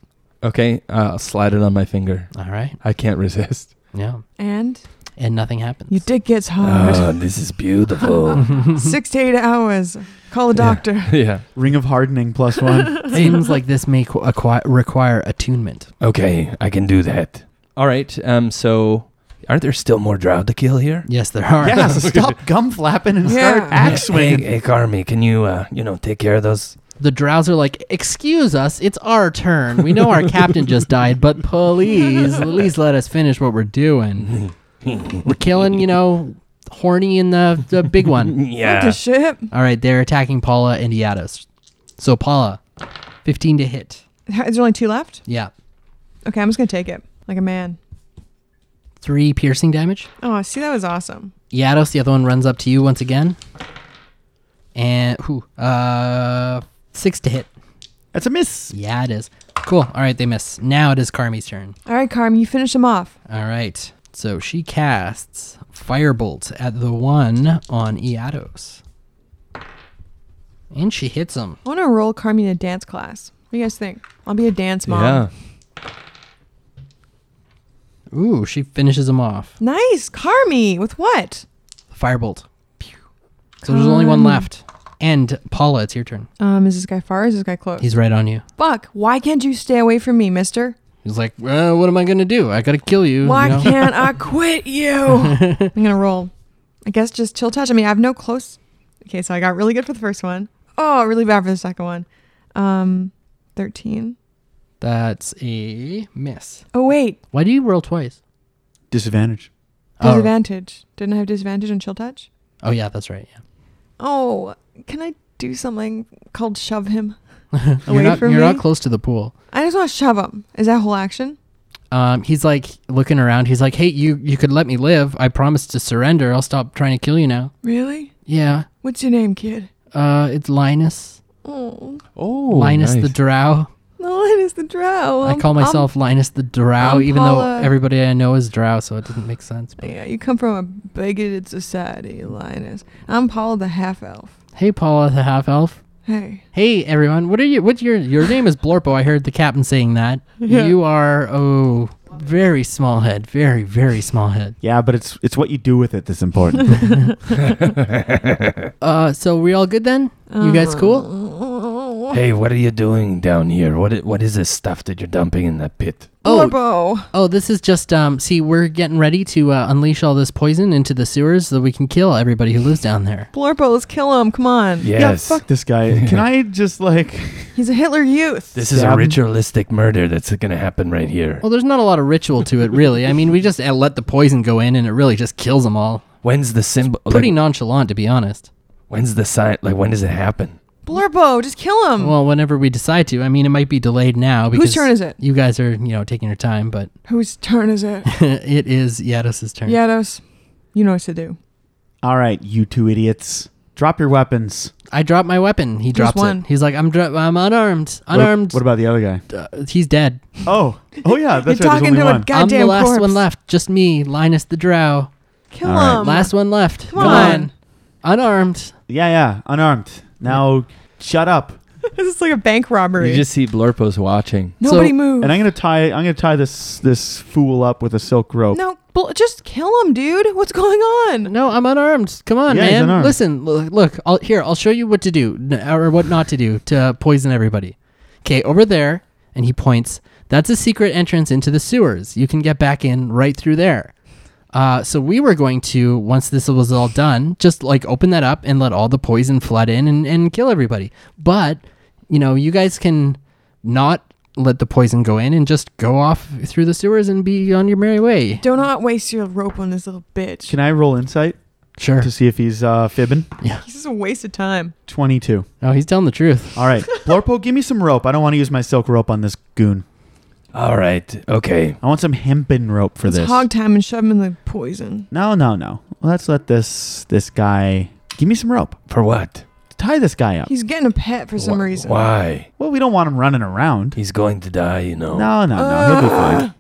Speaker 6: Okay, uh, I'll slide it on my finger.
Speaker 3: All right.
Speaker 6: I can't resist.
Speaker 3: Yeah.
Speaker 2: And
Speaker 3: And nothing happens.
Speaker 2: your dick gets hard.
Speaker 8: Ah, this is beautiful.
Speaker 2: Six to eight hours. Call a doctor.
Speaker 6: yeah.
Speaker 5: Ring of hardening plus one.
Speaker 3: Seems like this may qu- acqui- require attunement.
Speaker 8: okay, I can do that.
Speaker 6: All right. Um. So, aren't there still more drow to kill here?
Speaker 3: Yes, there are.
Speaker 5: yeah, so stop gum flapping and start
Speaker 2: Yeah.
Speaker 5: axe
Speaker 8: Hey,
Speaker 5: swinging.
Speaker 8: hey, Carmi, can you, uh, you know, take care of those?
Speaker 3: The drows are like, "Excuse us, it's our turn. We know our captain just died, but please, at least let us finish what we're doing. We're killing, you know, horny and the the big one."
Speaker 2: What the shit?
Speaker 3: All right, they're attacking Paula and Iatos. So Paula, 15 to hit.
Speaker 2: Is there only two left?
Speaker 3: Yeah.
Speaker 2: Okay, I'm just gonna take it like a man.
Speaker 3: Three piercing damage.
Speaker 2: Oh, see, that was awesome.
Speaker 3: Iatos, the other one runs up to you once again. And, whew, uh, six to hit.
Speaker 5: That's a miss.
Speaker 3: Yeah, it is. Cool. All right, they miss. Now it is Carmi's turn.
Speaker 2: All right, Carm, you finish him off.
Speaker 3: All right. So she casts Firebolt at the one on Iatos. And she hits him.
Speaker 2: I want to enroll Carm in a dance class. What do you guys think? I'll be a dance mom.
Speaker 6: Yeah.
Speaker 3: Ooh, she finishes him off.
Speaker 2: Nice, Carmi. With what?
Speaker 3: Firebolt. Pew. So there's only one
Speaker 2: Carmi.
Speaker 3: left. And Paula, it's your turn.
Speaker 2: Um, is this guy far? Or is this guy close?
Speaker 3: He's right on you.
Speaker 2: Fuck! Why can't you stay away from me, Mister?
Speaker 3: He's like, well, what am I going to do? I got to kill you.
Speaker 2: Why
Speaker 3: you know?
Speaker 2: can't I quit you? I'm gonna roll. I guess just chill touch. I mean, I have no close. Okay, so I got really good for the first one. Oh, really bad for the second one. Um, thirteen.
Speaker 3: That's a miss.
Speaker 2: Oh wait,
Speaker 3: Why do you roll twice?
Speaker 5: Disadvantage.
Speaker 3: Oh.
Speaker 2: disadvantage. Didn't I have disadvantage on chill touch?
Speaker 3: Oh, yeah, that's right. Yeah.
Speaker 2: Oh, can I do something called shove him?
Speaker 3: you're
Speaker 2: Away
Speaker 3: not,
Speaker 2: from
Speaker 3: you're
Speaker 2: me?
Speaker 3: not close to the pool.
Speaker 2: I just want to shove him. Is that whole action?
Speaker 3: Um, he's like looking around. He's like, "Hey, you you could let me live. I promise to surrender. I'll stop trying to kill you now."
Speaker 2: Really?
Speaker 3: Yeah.
Speaker 2: What's your name, kid?
Speaker 3: Uh, it's Linus.
Speaker 2: Oh,
Speaker 6: Oh,
Speaker 3: Linus the Drow.
Speaker 2: the line is the drow.
Speaker 3: I call myself Linus the Drow,
Speaker 2: I'm
Speaker 3: even
Speaker 2: Paula.
Speaker 3: though everybody I know is Drow, so it doesn't make sense. But
Speaker 2: Yeah, you come from a bigoted society, Linus. I'm Paul the half elf.
Speaker 3: hey, Paula the half elf.
Speaker 2: Hey.
Speaker 3: Hey, everyone. What are you? What's your your name is Blorpo? I heard the captain saying that.
Speaker 2: Yeah.
Speaker 3: You are oh, very small head, very very small head.
Speaker 5: Yeah, but it's it's what you do with it that's important.
Speaker 3: Uh, so we all good then? You guys
Speaker 2: Um,
Speaker 3: cool?
Speaker 2: Oh,
Speaker 8: Hey, what are you doing down here? What i- what is this stuff that you're dumping in that pit?
Speaker 3: Oh,
Speaker 2: Blurbo.
Speaker 3: Oh, this is just um. See, we're getting ready to uh, unleash all this poison into the sewers so that we can kill everybody who lives down there.
Speaker 2: Blurbo, let's kill him. Come on.
Speaker 8: Yes.
Speaker 5: Yeah, fuck this guy. Can I just like
Speaker 2: He's a Hitler youth.
Speaker 8: This is a
Speaker 5: Stab.
Speaker 8: ritualistic murder that's going to happen right here.
Speaker 3: Well, there's not a lot of ritual to it, really. I mean, we just uh, let the poison go in, and it really just kills them all.
Speaker 8: When's the symbol?
Speaker 3: Pretty
Speaker 8: like,
Speaker 3: nonchalant, to be honest.
Speaker 8: When's the sign? Like when does it happen?
Speaker 2: Blurbo, just kill him.
Speaker 3: Well, whenever we decide to, I mean, it might be delayed now because
Speaker 2: Um, Whose turn is it?
Speaker 3: you guys are, you know, taking your time, but
Speaker 2: Whose turn is it?
Speaker 3: it is Yados's turn.
Speaker 2: Yados. You know what to do.
Speaker 5: All right, you two idiots. Drop your weapons.
Speaker 3: I drop my weapon. He drops
Speaker 2: one.
Speaker 3: it. He's like, I'm, dro- I'm unarmed,
Speaker 5: What-
Speaker 3: unarmed.
Speaker 5: What, about the other guy?
Speaker 3: uh, he's dead.
Speaker 5: Oh, oh yeah, that's
Speaker 2: You're
Speaker 5: right. There's
Speaker 2: talking
Speaker 5: only
Speaker 2: to
Speaker 5: one.
Speaker 2: a
Speaker 3: I'm
Speaker 2: goddamn
Speaker 3: the last
Speaker 2: corpse.
Speaker 3: one left. Just me, Linus the Drow.
Speaker 2: Kill
Speaker 5: All right.
Speaker 2: him.
Speaker 3: Last one left.
Speaker 2: Um, Come on.
Speaker 3: Unarmed.
Speaker 5: yeah, yeah, unarmed. Now shut up.
Speaker 2: this is like a bank robbery.
Speaker 6: You just see Blurpo's watching.
Speaker 2: Nobody
Speaker 3: So-
Speaker 2: move.
Speaker 5: And I'm gonna tie. I'm gonna tie this this fool up with a silk rope.
Speaker 2: no, bl- just kill him, dude. What's going on?
Speaker 3: No, I'm unarmed. Come on,
Speaker 5: Yeah, he's
Speaker 3: man.
Speaker 5: unarmed.
Speaker 3: Listen, look, look I'll, here, I'll show you what to do n- or what not to do to poison everybody. Okay, over there, and he points. That's a secret entrance into the sewers. You can get back in right through there. Uh, so we were going to, once this was all done, just like open that up and let all the poison flood in and, and kill everybody. But, you know, you guys can not let the poison go in and just go off through the sewers and be on your merry way.
Speaker 2: Do not waste your rope on this little bitch.
Speaker 5: Can I roll insight
Speaker 3: Sure.
Speaker 5: to see if he's uh, fibbing?
Speaker 2: This is a waste of time.
Speaker 5: Twenty-two.
Speaker 3: Oh, he's telling the truth.
Speaker 5: All right, Blorpo, give me some rope. I don't want to use my silk rope on this goon.
Speaker 8: All right. Okay.
Speaker 5: I want some hempen rope for
Speaker 2: it's
Speaker 5: this.
Speaker 2: hog time and shove him in the poison.
Speaker 5: no, no, no. Let's let this this guy. Give me some rope.
Speaker 8: For what?
Speaker 5: Tie this guy up.
Speaker 2: He's getting a pet for some
Speaker 8: Wh-
Speaker 2: reason.
Speaker 8: Why?
Speaker 5: Well, we don't want him running around.
Speaker 8: He's going to die, you know.
Speaker 5: No, no, no. He'll be
Speaker 3: Uh.
Speaker 5: fine.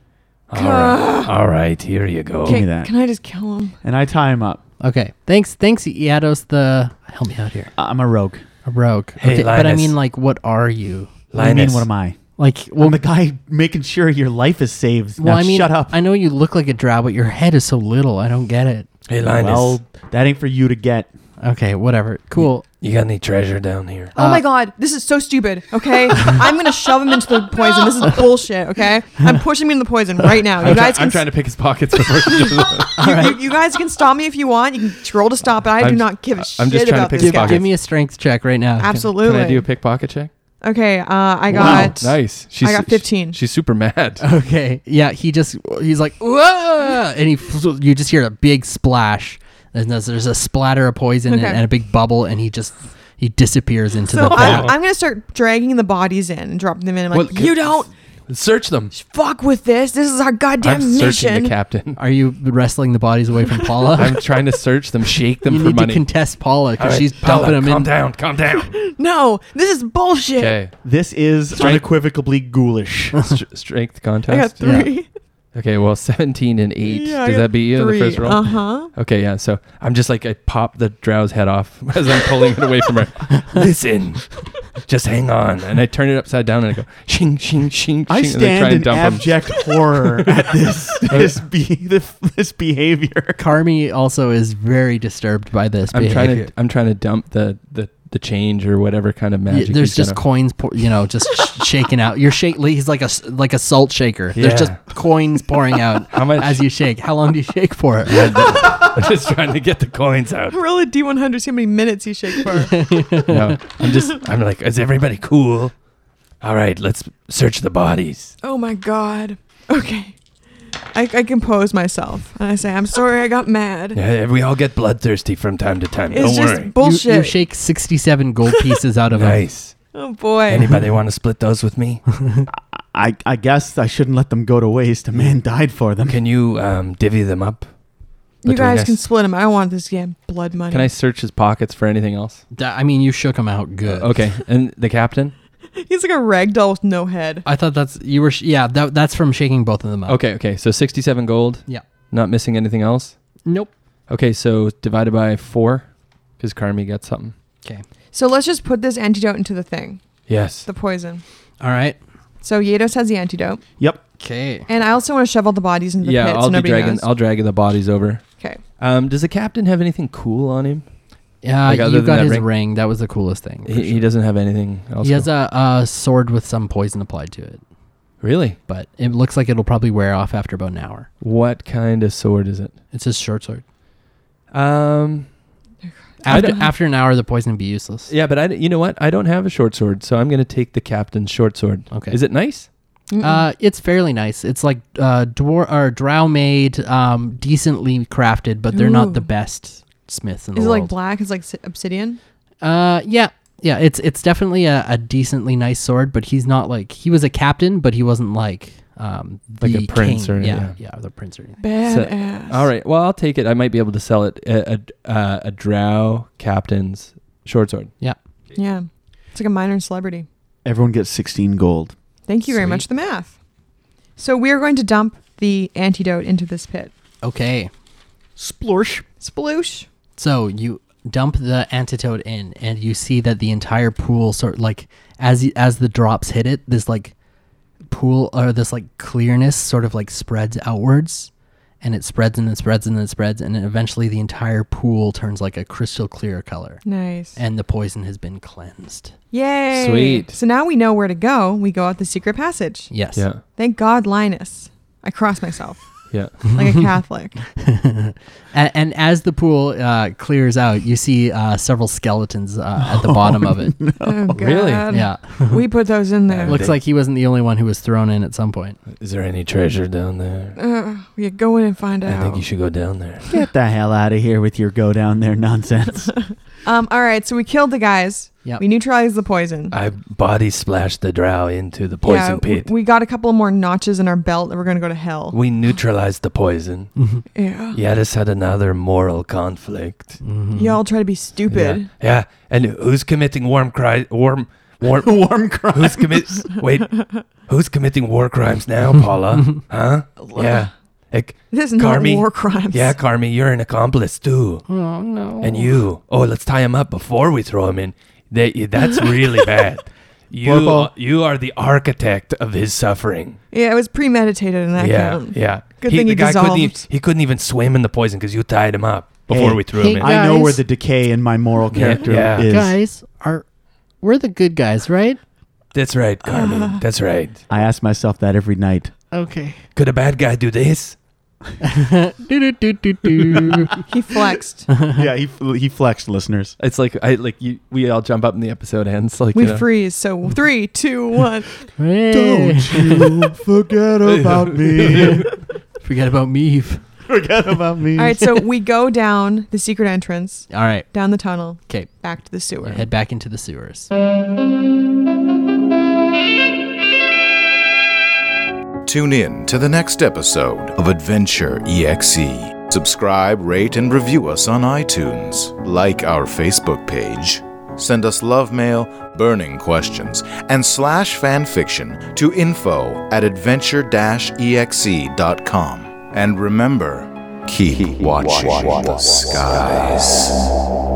Speaker 8: All right. All right. Here you go.
Speaker 5: Give me
Speaker 2: Okay,
Speaker 5: that.
Speaker 2: can I just kill him?
Speaker 5: And I tie him up.
Speaker 3: Okay. Thanks. Thanks, Iados. The help me out here.
Speaker 5: I'm a rogue.
Speaker 3: A rogue.
Speaker 8: Hey,
Speaker 3: okay, but I
Speaker 8: Linus.
Speaker 3: mean, like, what are you?
Speaker 5: I mean,
Speaker 8: Linus.
Speaker 5: what am I?
Speaker 3: Like,
Speaker 5: Well, I'm the guy making sure your life is saved. Now
Speaker 3: I mean,
Speaker 5: shut up.
Speaker 3: I know you look like a drow, but your head is so little. I don't get it.
Speaker 8: Hey, Linus.
Speaker 5: Well, that ain't for you to get.
Speaker 3: Okay, whatever. Cool.
Speaker 8: you got any treasure down here?
Speaker 2: oh my god, this is so stupid. Okay, I'm gonna shove him into the poison. This is bullshit. Okay, I'm pushing him into the poison right now. You guys can.
Speaker 6: to pick his pockets before he does that.
Speaker 2: you, you- you guys can stop me if you want. You can roll to stop it. I do
Speaker 6: I'm-
Speaker 2: not give a
Speaker 6: I'm
Speaker 2: shit
Speaker 6: just trying to
Speaker 2: about
Speaker 6: pick
Speaker 2: this
Speaker 6: his
Speaker 3: Give,
Speaker 2: guy.
Speaker 6: pockets.
Speaker 3: give me a strength check right now.
Speaker 2: Absolutely.
Speaker 6: Can I do a pickpocket check?
Speaker 2: okay, uh, I
Speaker 5: Wow.
Speaker 2: got.
Speaker 6: Nice. She's,
Speaker 2: I got 15.
Speaker 6: She's super mad.
Speaker 3: Okay. Yeah, he just he's like, Whoa! and he you just hear a big splash. And there's, there's a splatter of poison and,
Speaker 2: Okay.
Speaker 3: and a big bubble, and he just he disappears into
Speaker 2: so
Speaker 3: the.
Speaker 2: I'm, I'm gonna start dragging the bodies in and dropping them in. I'm like,
Speaker 6: Well, can-
Speaker 2: you don't,
Speaker 8: Search them.
Speaker 2: Fuck with this. This is our goddamn
Speaker 8: I'm searching
Speaker 2: mission.
Speaker 8: the captain.
Speaker 3: Are you wrestling the bodies away from Paula?
Speaker 8: I'm trying to search them, shake them
Speaker 3: you
Speaker 8: for
Speaker 3: need to
Speaker 8: money.
Speaker 3: contest Paula
Speaker 8: All
Speaker 3: because
Speaker 8: right,
Speaker 3: she's
Speaker 8: Paula,
Speaker 3: dumping them
Speaker 8: calm
Speaker 3: in.
Speaker 8: down, calm down.
Speaker 2: no, this is bullshit.
Speaker 8: Okay,
Speaker 5: This is unequivocally ghoulish.
Speaker 8: Str- strength
Speaker 2: I got
Speaker 8: contest.
Speaker 2: three.
Speaker 8: Okay, well, 17 and 8.
Speaker 2: Yeah, I
Speaker 8: Does
Speaker 2: got
Speaker 8: that beat you in the
Speaker 2: three.
Speaker 8: first roll?
Speaker 2: Uh huh.
Speaker 8: Okay, yeah. So I'm just like, I pop the drow's head off as I'm pulling it away from her. Listen, just hang on. And I turn it upside down and I go, shing, shing, shing,
Speaker 5: I
Speaker 8: shing. and I try
Speaker 5: stand
Speaker 8: and
Speaker 5: in
Speaker 8: dump him.
Speaker 5: abject horror at this this, be, this this behavior.
Speaker 3: Carmi also is very disturbed by this
Speaker 8: I'm
Speaker 3: behavior.
Speaker 8: trying to I'm trying to dump the the, the change or whatever kind of
Speaker 3: Y-
Speaker 8: magic.
Speaker 3: there's
Speaker 8: he's
Speaker 3: just
Speaker 8: gonna-
Speaker 3: coins, pour, you know, just sh- shaking out. You're shake. He's like a s- like a salt shaker. There's just coins pouring out
Speaker 8: how much?
Speaker 3: as you shake. How long do you shake for?
Speaker 8: I'm just trying to get the coins out.
Speaker 2: Roll a d100. See how many minutes you shake for.
Speaker 8: No, I'm just I'm like, is everybody cool? All right, let's search the bodies.
Speaker 2: oh my god. Okay. I, I compose myself and I say, I'm sorry I got mad.
Speaker 8: Yeah, we all get bloodthirsty from time to time.
Speaker 2: it's
Speaker 8: Don't
Speaker 2: just
Speaker 8: worry.
Speaker 3: You,
Speaker 2: bullshit.
Speaker 3: you shake 67 gold pieces out of him.
Speaker 8: Nice.
Speaker 2: oh boy.
Speaker 8: Anybody want to split those with me?
Speaker 5: I, I guess I shouldn't let them go to waste. A man died for them.
Speaker 8: Can you um, divvy them up?
Speaker 2: you
Speaker 8: between
Speaker 2: guys
Speaker 8: us?
Speaker 2: can split him. I don't want this damn blood money.
Speaker 6: Can I search his pockets for anything else?
Speaker 3: Da- I mean, you shook him out good.
Speaker 6: Okay. And the captain?
Speaker 2: He's like a rag doll with no head.
Speaker 3: I thought that's you were. Sh- yeah, that, that's from shaking both of them
Speaker 2: Uh-huh.
Speaker 3: up.
Speaker 6: Okay, okay. So 67 gold.
Speaker 3: Yeah.
Speaker 6: Not missing anything else.
Speaker 3: Nope.
Speaker 6: Okay, so divided by four because Carmi got something.
Speaker 2: So let's just put this antidote into the thing,
Speaker 8: Yes.
Speaker 2: the poison.
Speaker 3: All right.
Speaker 2: So Yados has the antidote,
Speaker 5: Yep.
Speaker 3: Okay.
Speaker 2: and I also want to shove all the bodies into the
Speaker 6: yeah,
Speaker 2: pit
Speaker 6: I'll
Speaker 2: so
Speaker 6: be
Speaker 2: nobody
Speaker 6: dragging.
Speaker 2: knows.
Speaker 6: I'll drag the bodies over.
Speaker 2: okay.
Speaker 6: Um, does the captain have anything cool on him?
Speaker 3: Yeah,
Speaker 6: Like, other
Speaker 3: you
Speaker 6: than
Speaker 3: got
Speaker 6: that
Speaker 3: his ring.
Speaker 6: ring?
Speaker 3: That was the coolest
Speaker 2: Oh,
Speaker 3: thing. for
Speaker 6: He, he
Speaker 3: sure.
Speaker 6: doesn't have anything else.
Speaker 3: He has
Speaker 6: cool.
Speaker 3: a, a sword with some poison applied to it,
Speaker 6: really.
Speaker 3: but it looks like it'll probably wear off after about an hour.
Speaker 6: What kind of sword is it?
Speaker 3: It's his short sword.
Speaker 6: Um, I
Speaker 3: After,
Speaker 6: don't-
Speaker 3: after an hour, the poison would be useless.
Speaker 6: yeah, but I. You know what? I don't have a short sword, so I'm gonna take the captain's short sword.
Speaker 3: Okay.
Speaker 6: Is it nice?
Speaker 2: Mm-mm.
Speaker 3: Uh, it's fairly nice. It's like uh, dwar- or drow made, um, decently crafted, but they're
Speaker 2: Ooh.
Speaker 3: not the best smiths in the
Speaker 2: Is it
Speaker 3: world.
Speaker 2: like black? It's like si- obsidian.
Speaker 3: Uh, yeah, yeah. It's it's definitely a, a decently nice sword, but he's not like he was a captain, but he wasn't like um
Speaker 6: Like a
Speaker 3: the
Speaker 6: prince
Speaker 3: king.
Speaker 6: or anything,
Speaker 3: yeah, yeah, the prince or anything.
Speaker 2: Badass.
Speaker 6: All right. Well, I'll take it. I might be able to sell it. A, a, uh, a drow captain's short sword.
Speaker 2: Yeah. It's like a minor celebrity.
Speaker 5: Everyone gets 16 gold.
Speaker 2: Thank you very
Speaker 3: Sweet.
Speaker 2: much. for The math. So we are going to dump the antidote into this pit.
Speaker 3: Okay,
Speaker 5: Splorsh.
Speaker 2: Sploosh.
Speaker 3: so you dump the antidote in, and you see that the entire pool sort like as y- as the drops hit it, this like pool or this like clearness sort of like spreads outwards. And it spreads and it spreads and it spreads, and then eventually the entire pool turns like a crystal clear color.
Speaker 2: Nice.
Speaker 3: And the poison has been cleansed.
Speaker 2: Yay.
Speaker 6: Sweet.
Speaker 2: So now we know where to go. We go out the secret passage.
Speaker 3: Yes.
Speaker 6: Yeah.
Speaker 2: Thank God, Linus. I cross myself
Speaker 6: Yeah.
Speaker 2: like a Catholic.
Speaker 3: and, and as the pool uh, clears out, you see uh, several skeletons uh, at the bottom of it.
Speaker 2: Oh, God.
Speaker 6: Really?
Speaker 3: Yeah,
Speaker 2: We put those in there.
Speaker 3: looks like he wasn't the only one who was thrown in at some point.
Speaker 8: Is there any treasure down there?
Speaker 2: Uh, yeah, go in and find out.
Speaker 8: I think you should go down there.
Speaker 5: Get the hell out of here with your go down there nonsense.
Speaker 2: Um, all right, so we killed the guys.
Speaker 3: Yep.
Speaker 2: We neutralized the poison.
Speaker 8: I body splashed the drow into the poison
Speaker 2: yeah,
Speaker 8: pit.
Speaker 2: w- We got a couple more notches in our belt and we're going to go to hell.
Speaker 8: We neutralized the poison.
Speaker 2: Yeah.
Speaker 8: Yadis had another moral conflict.
Speaker 3: Mhm.
Speaker 2: Y'all try to be
Speaker 8: Yeah.
Speaker 2: stupid.
Speaker 8: yeah. And who's committing warm cri- warm warm
Speaker 5: Warm crime.
Speaker 8: who's commit wait who's committing war crimes now, Paula? huh? Yeah. Ec-
Speaker 2: This is not
Speaker 8: Carmi?
Speaker 2: war crimes.
Speaker 8: yeah, Carmi, you're an accomplice too.
Speaker 3: Oh no!
Speaker 8: And you. Oh, let's tie him up before we throw him in. That, that's really bad. You,
Speaker 5: Corporal.
Speaker 8: you are the architect of his suffering.
Speaker 2: Yeah, it was premeditated in that
Speaker 8: yeah,
Speaker 2: count.
Speaker 8: yeah.
Speaker 2: Good thing
Speaker 8: the
Speaker 2: he
Speaker 8: guy couldn't even,
Speaker 2: dissolved.
Speaker 8: he couldn't even swim in the poison because you tied him up before
Speaker 5: Hey,
Speaker 8: we threw
Speaker 3: hey,
Speaker 8: him in.
Speaker 5: I know
Speaker 3: Guys.
Speaker 5: where the decay in my moral
Speaker 8: Yeah,
Speaker 5: character
Speaker 8: yeah.
Speaker 5: is.
Speaker 3: guys are we're the good guys, right?
Speaker 8: That's right, Carmen. That's right.
Speaker 5: I ask myself that every night.
Speaker 3: Okay.
Speaker 8: Could a bad guy do this?
Speaker 3: do do do do do.
Speaker 2: He flexed.
Speaker 5: yeah, he, he flexed, listeners.
Speaker 6: It's like I like you. We all jump up and the episode ends. Like
Speaker 2: we
Speaker 6: you know.
Speaker 2: freeze. So three, two, one.
Speaker 3: Hey.
Speaker 5: you forget about me.
Speaker 3: Forget about me.
Speaker 5: forget about me.
Speaker 2: All right, so we go down the secret entrance,
Speaker 3: All right.
Speaker 2: down the tunnel,
Speaker 3: Okay.
Speaker 2: back to the sewer.
Speaker 3: Head back into the sewers.
Speaker 1: Tune in to the next episode of Adventure EXE. Subscribe, rate, and review us on iTunes. Like our Facebook page. Send us love mail, burning questions, and slash fanfiction to info at E adventure exe.com. And remember, keep, watching, the skies.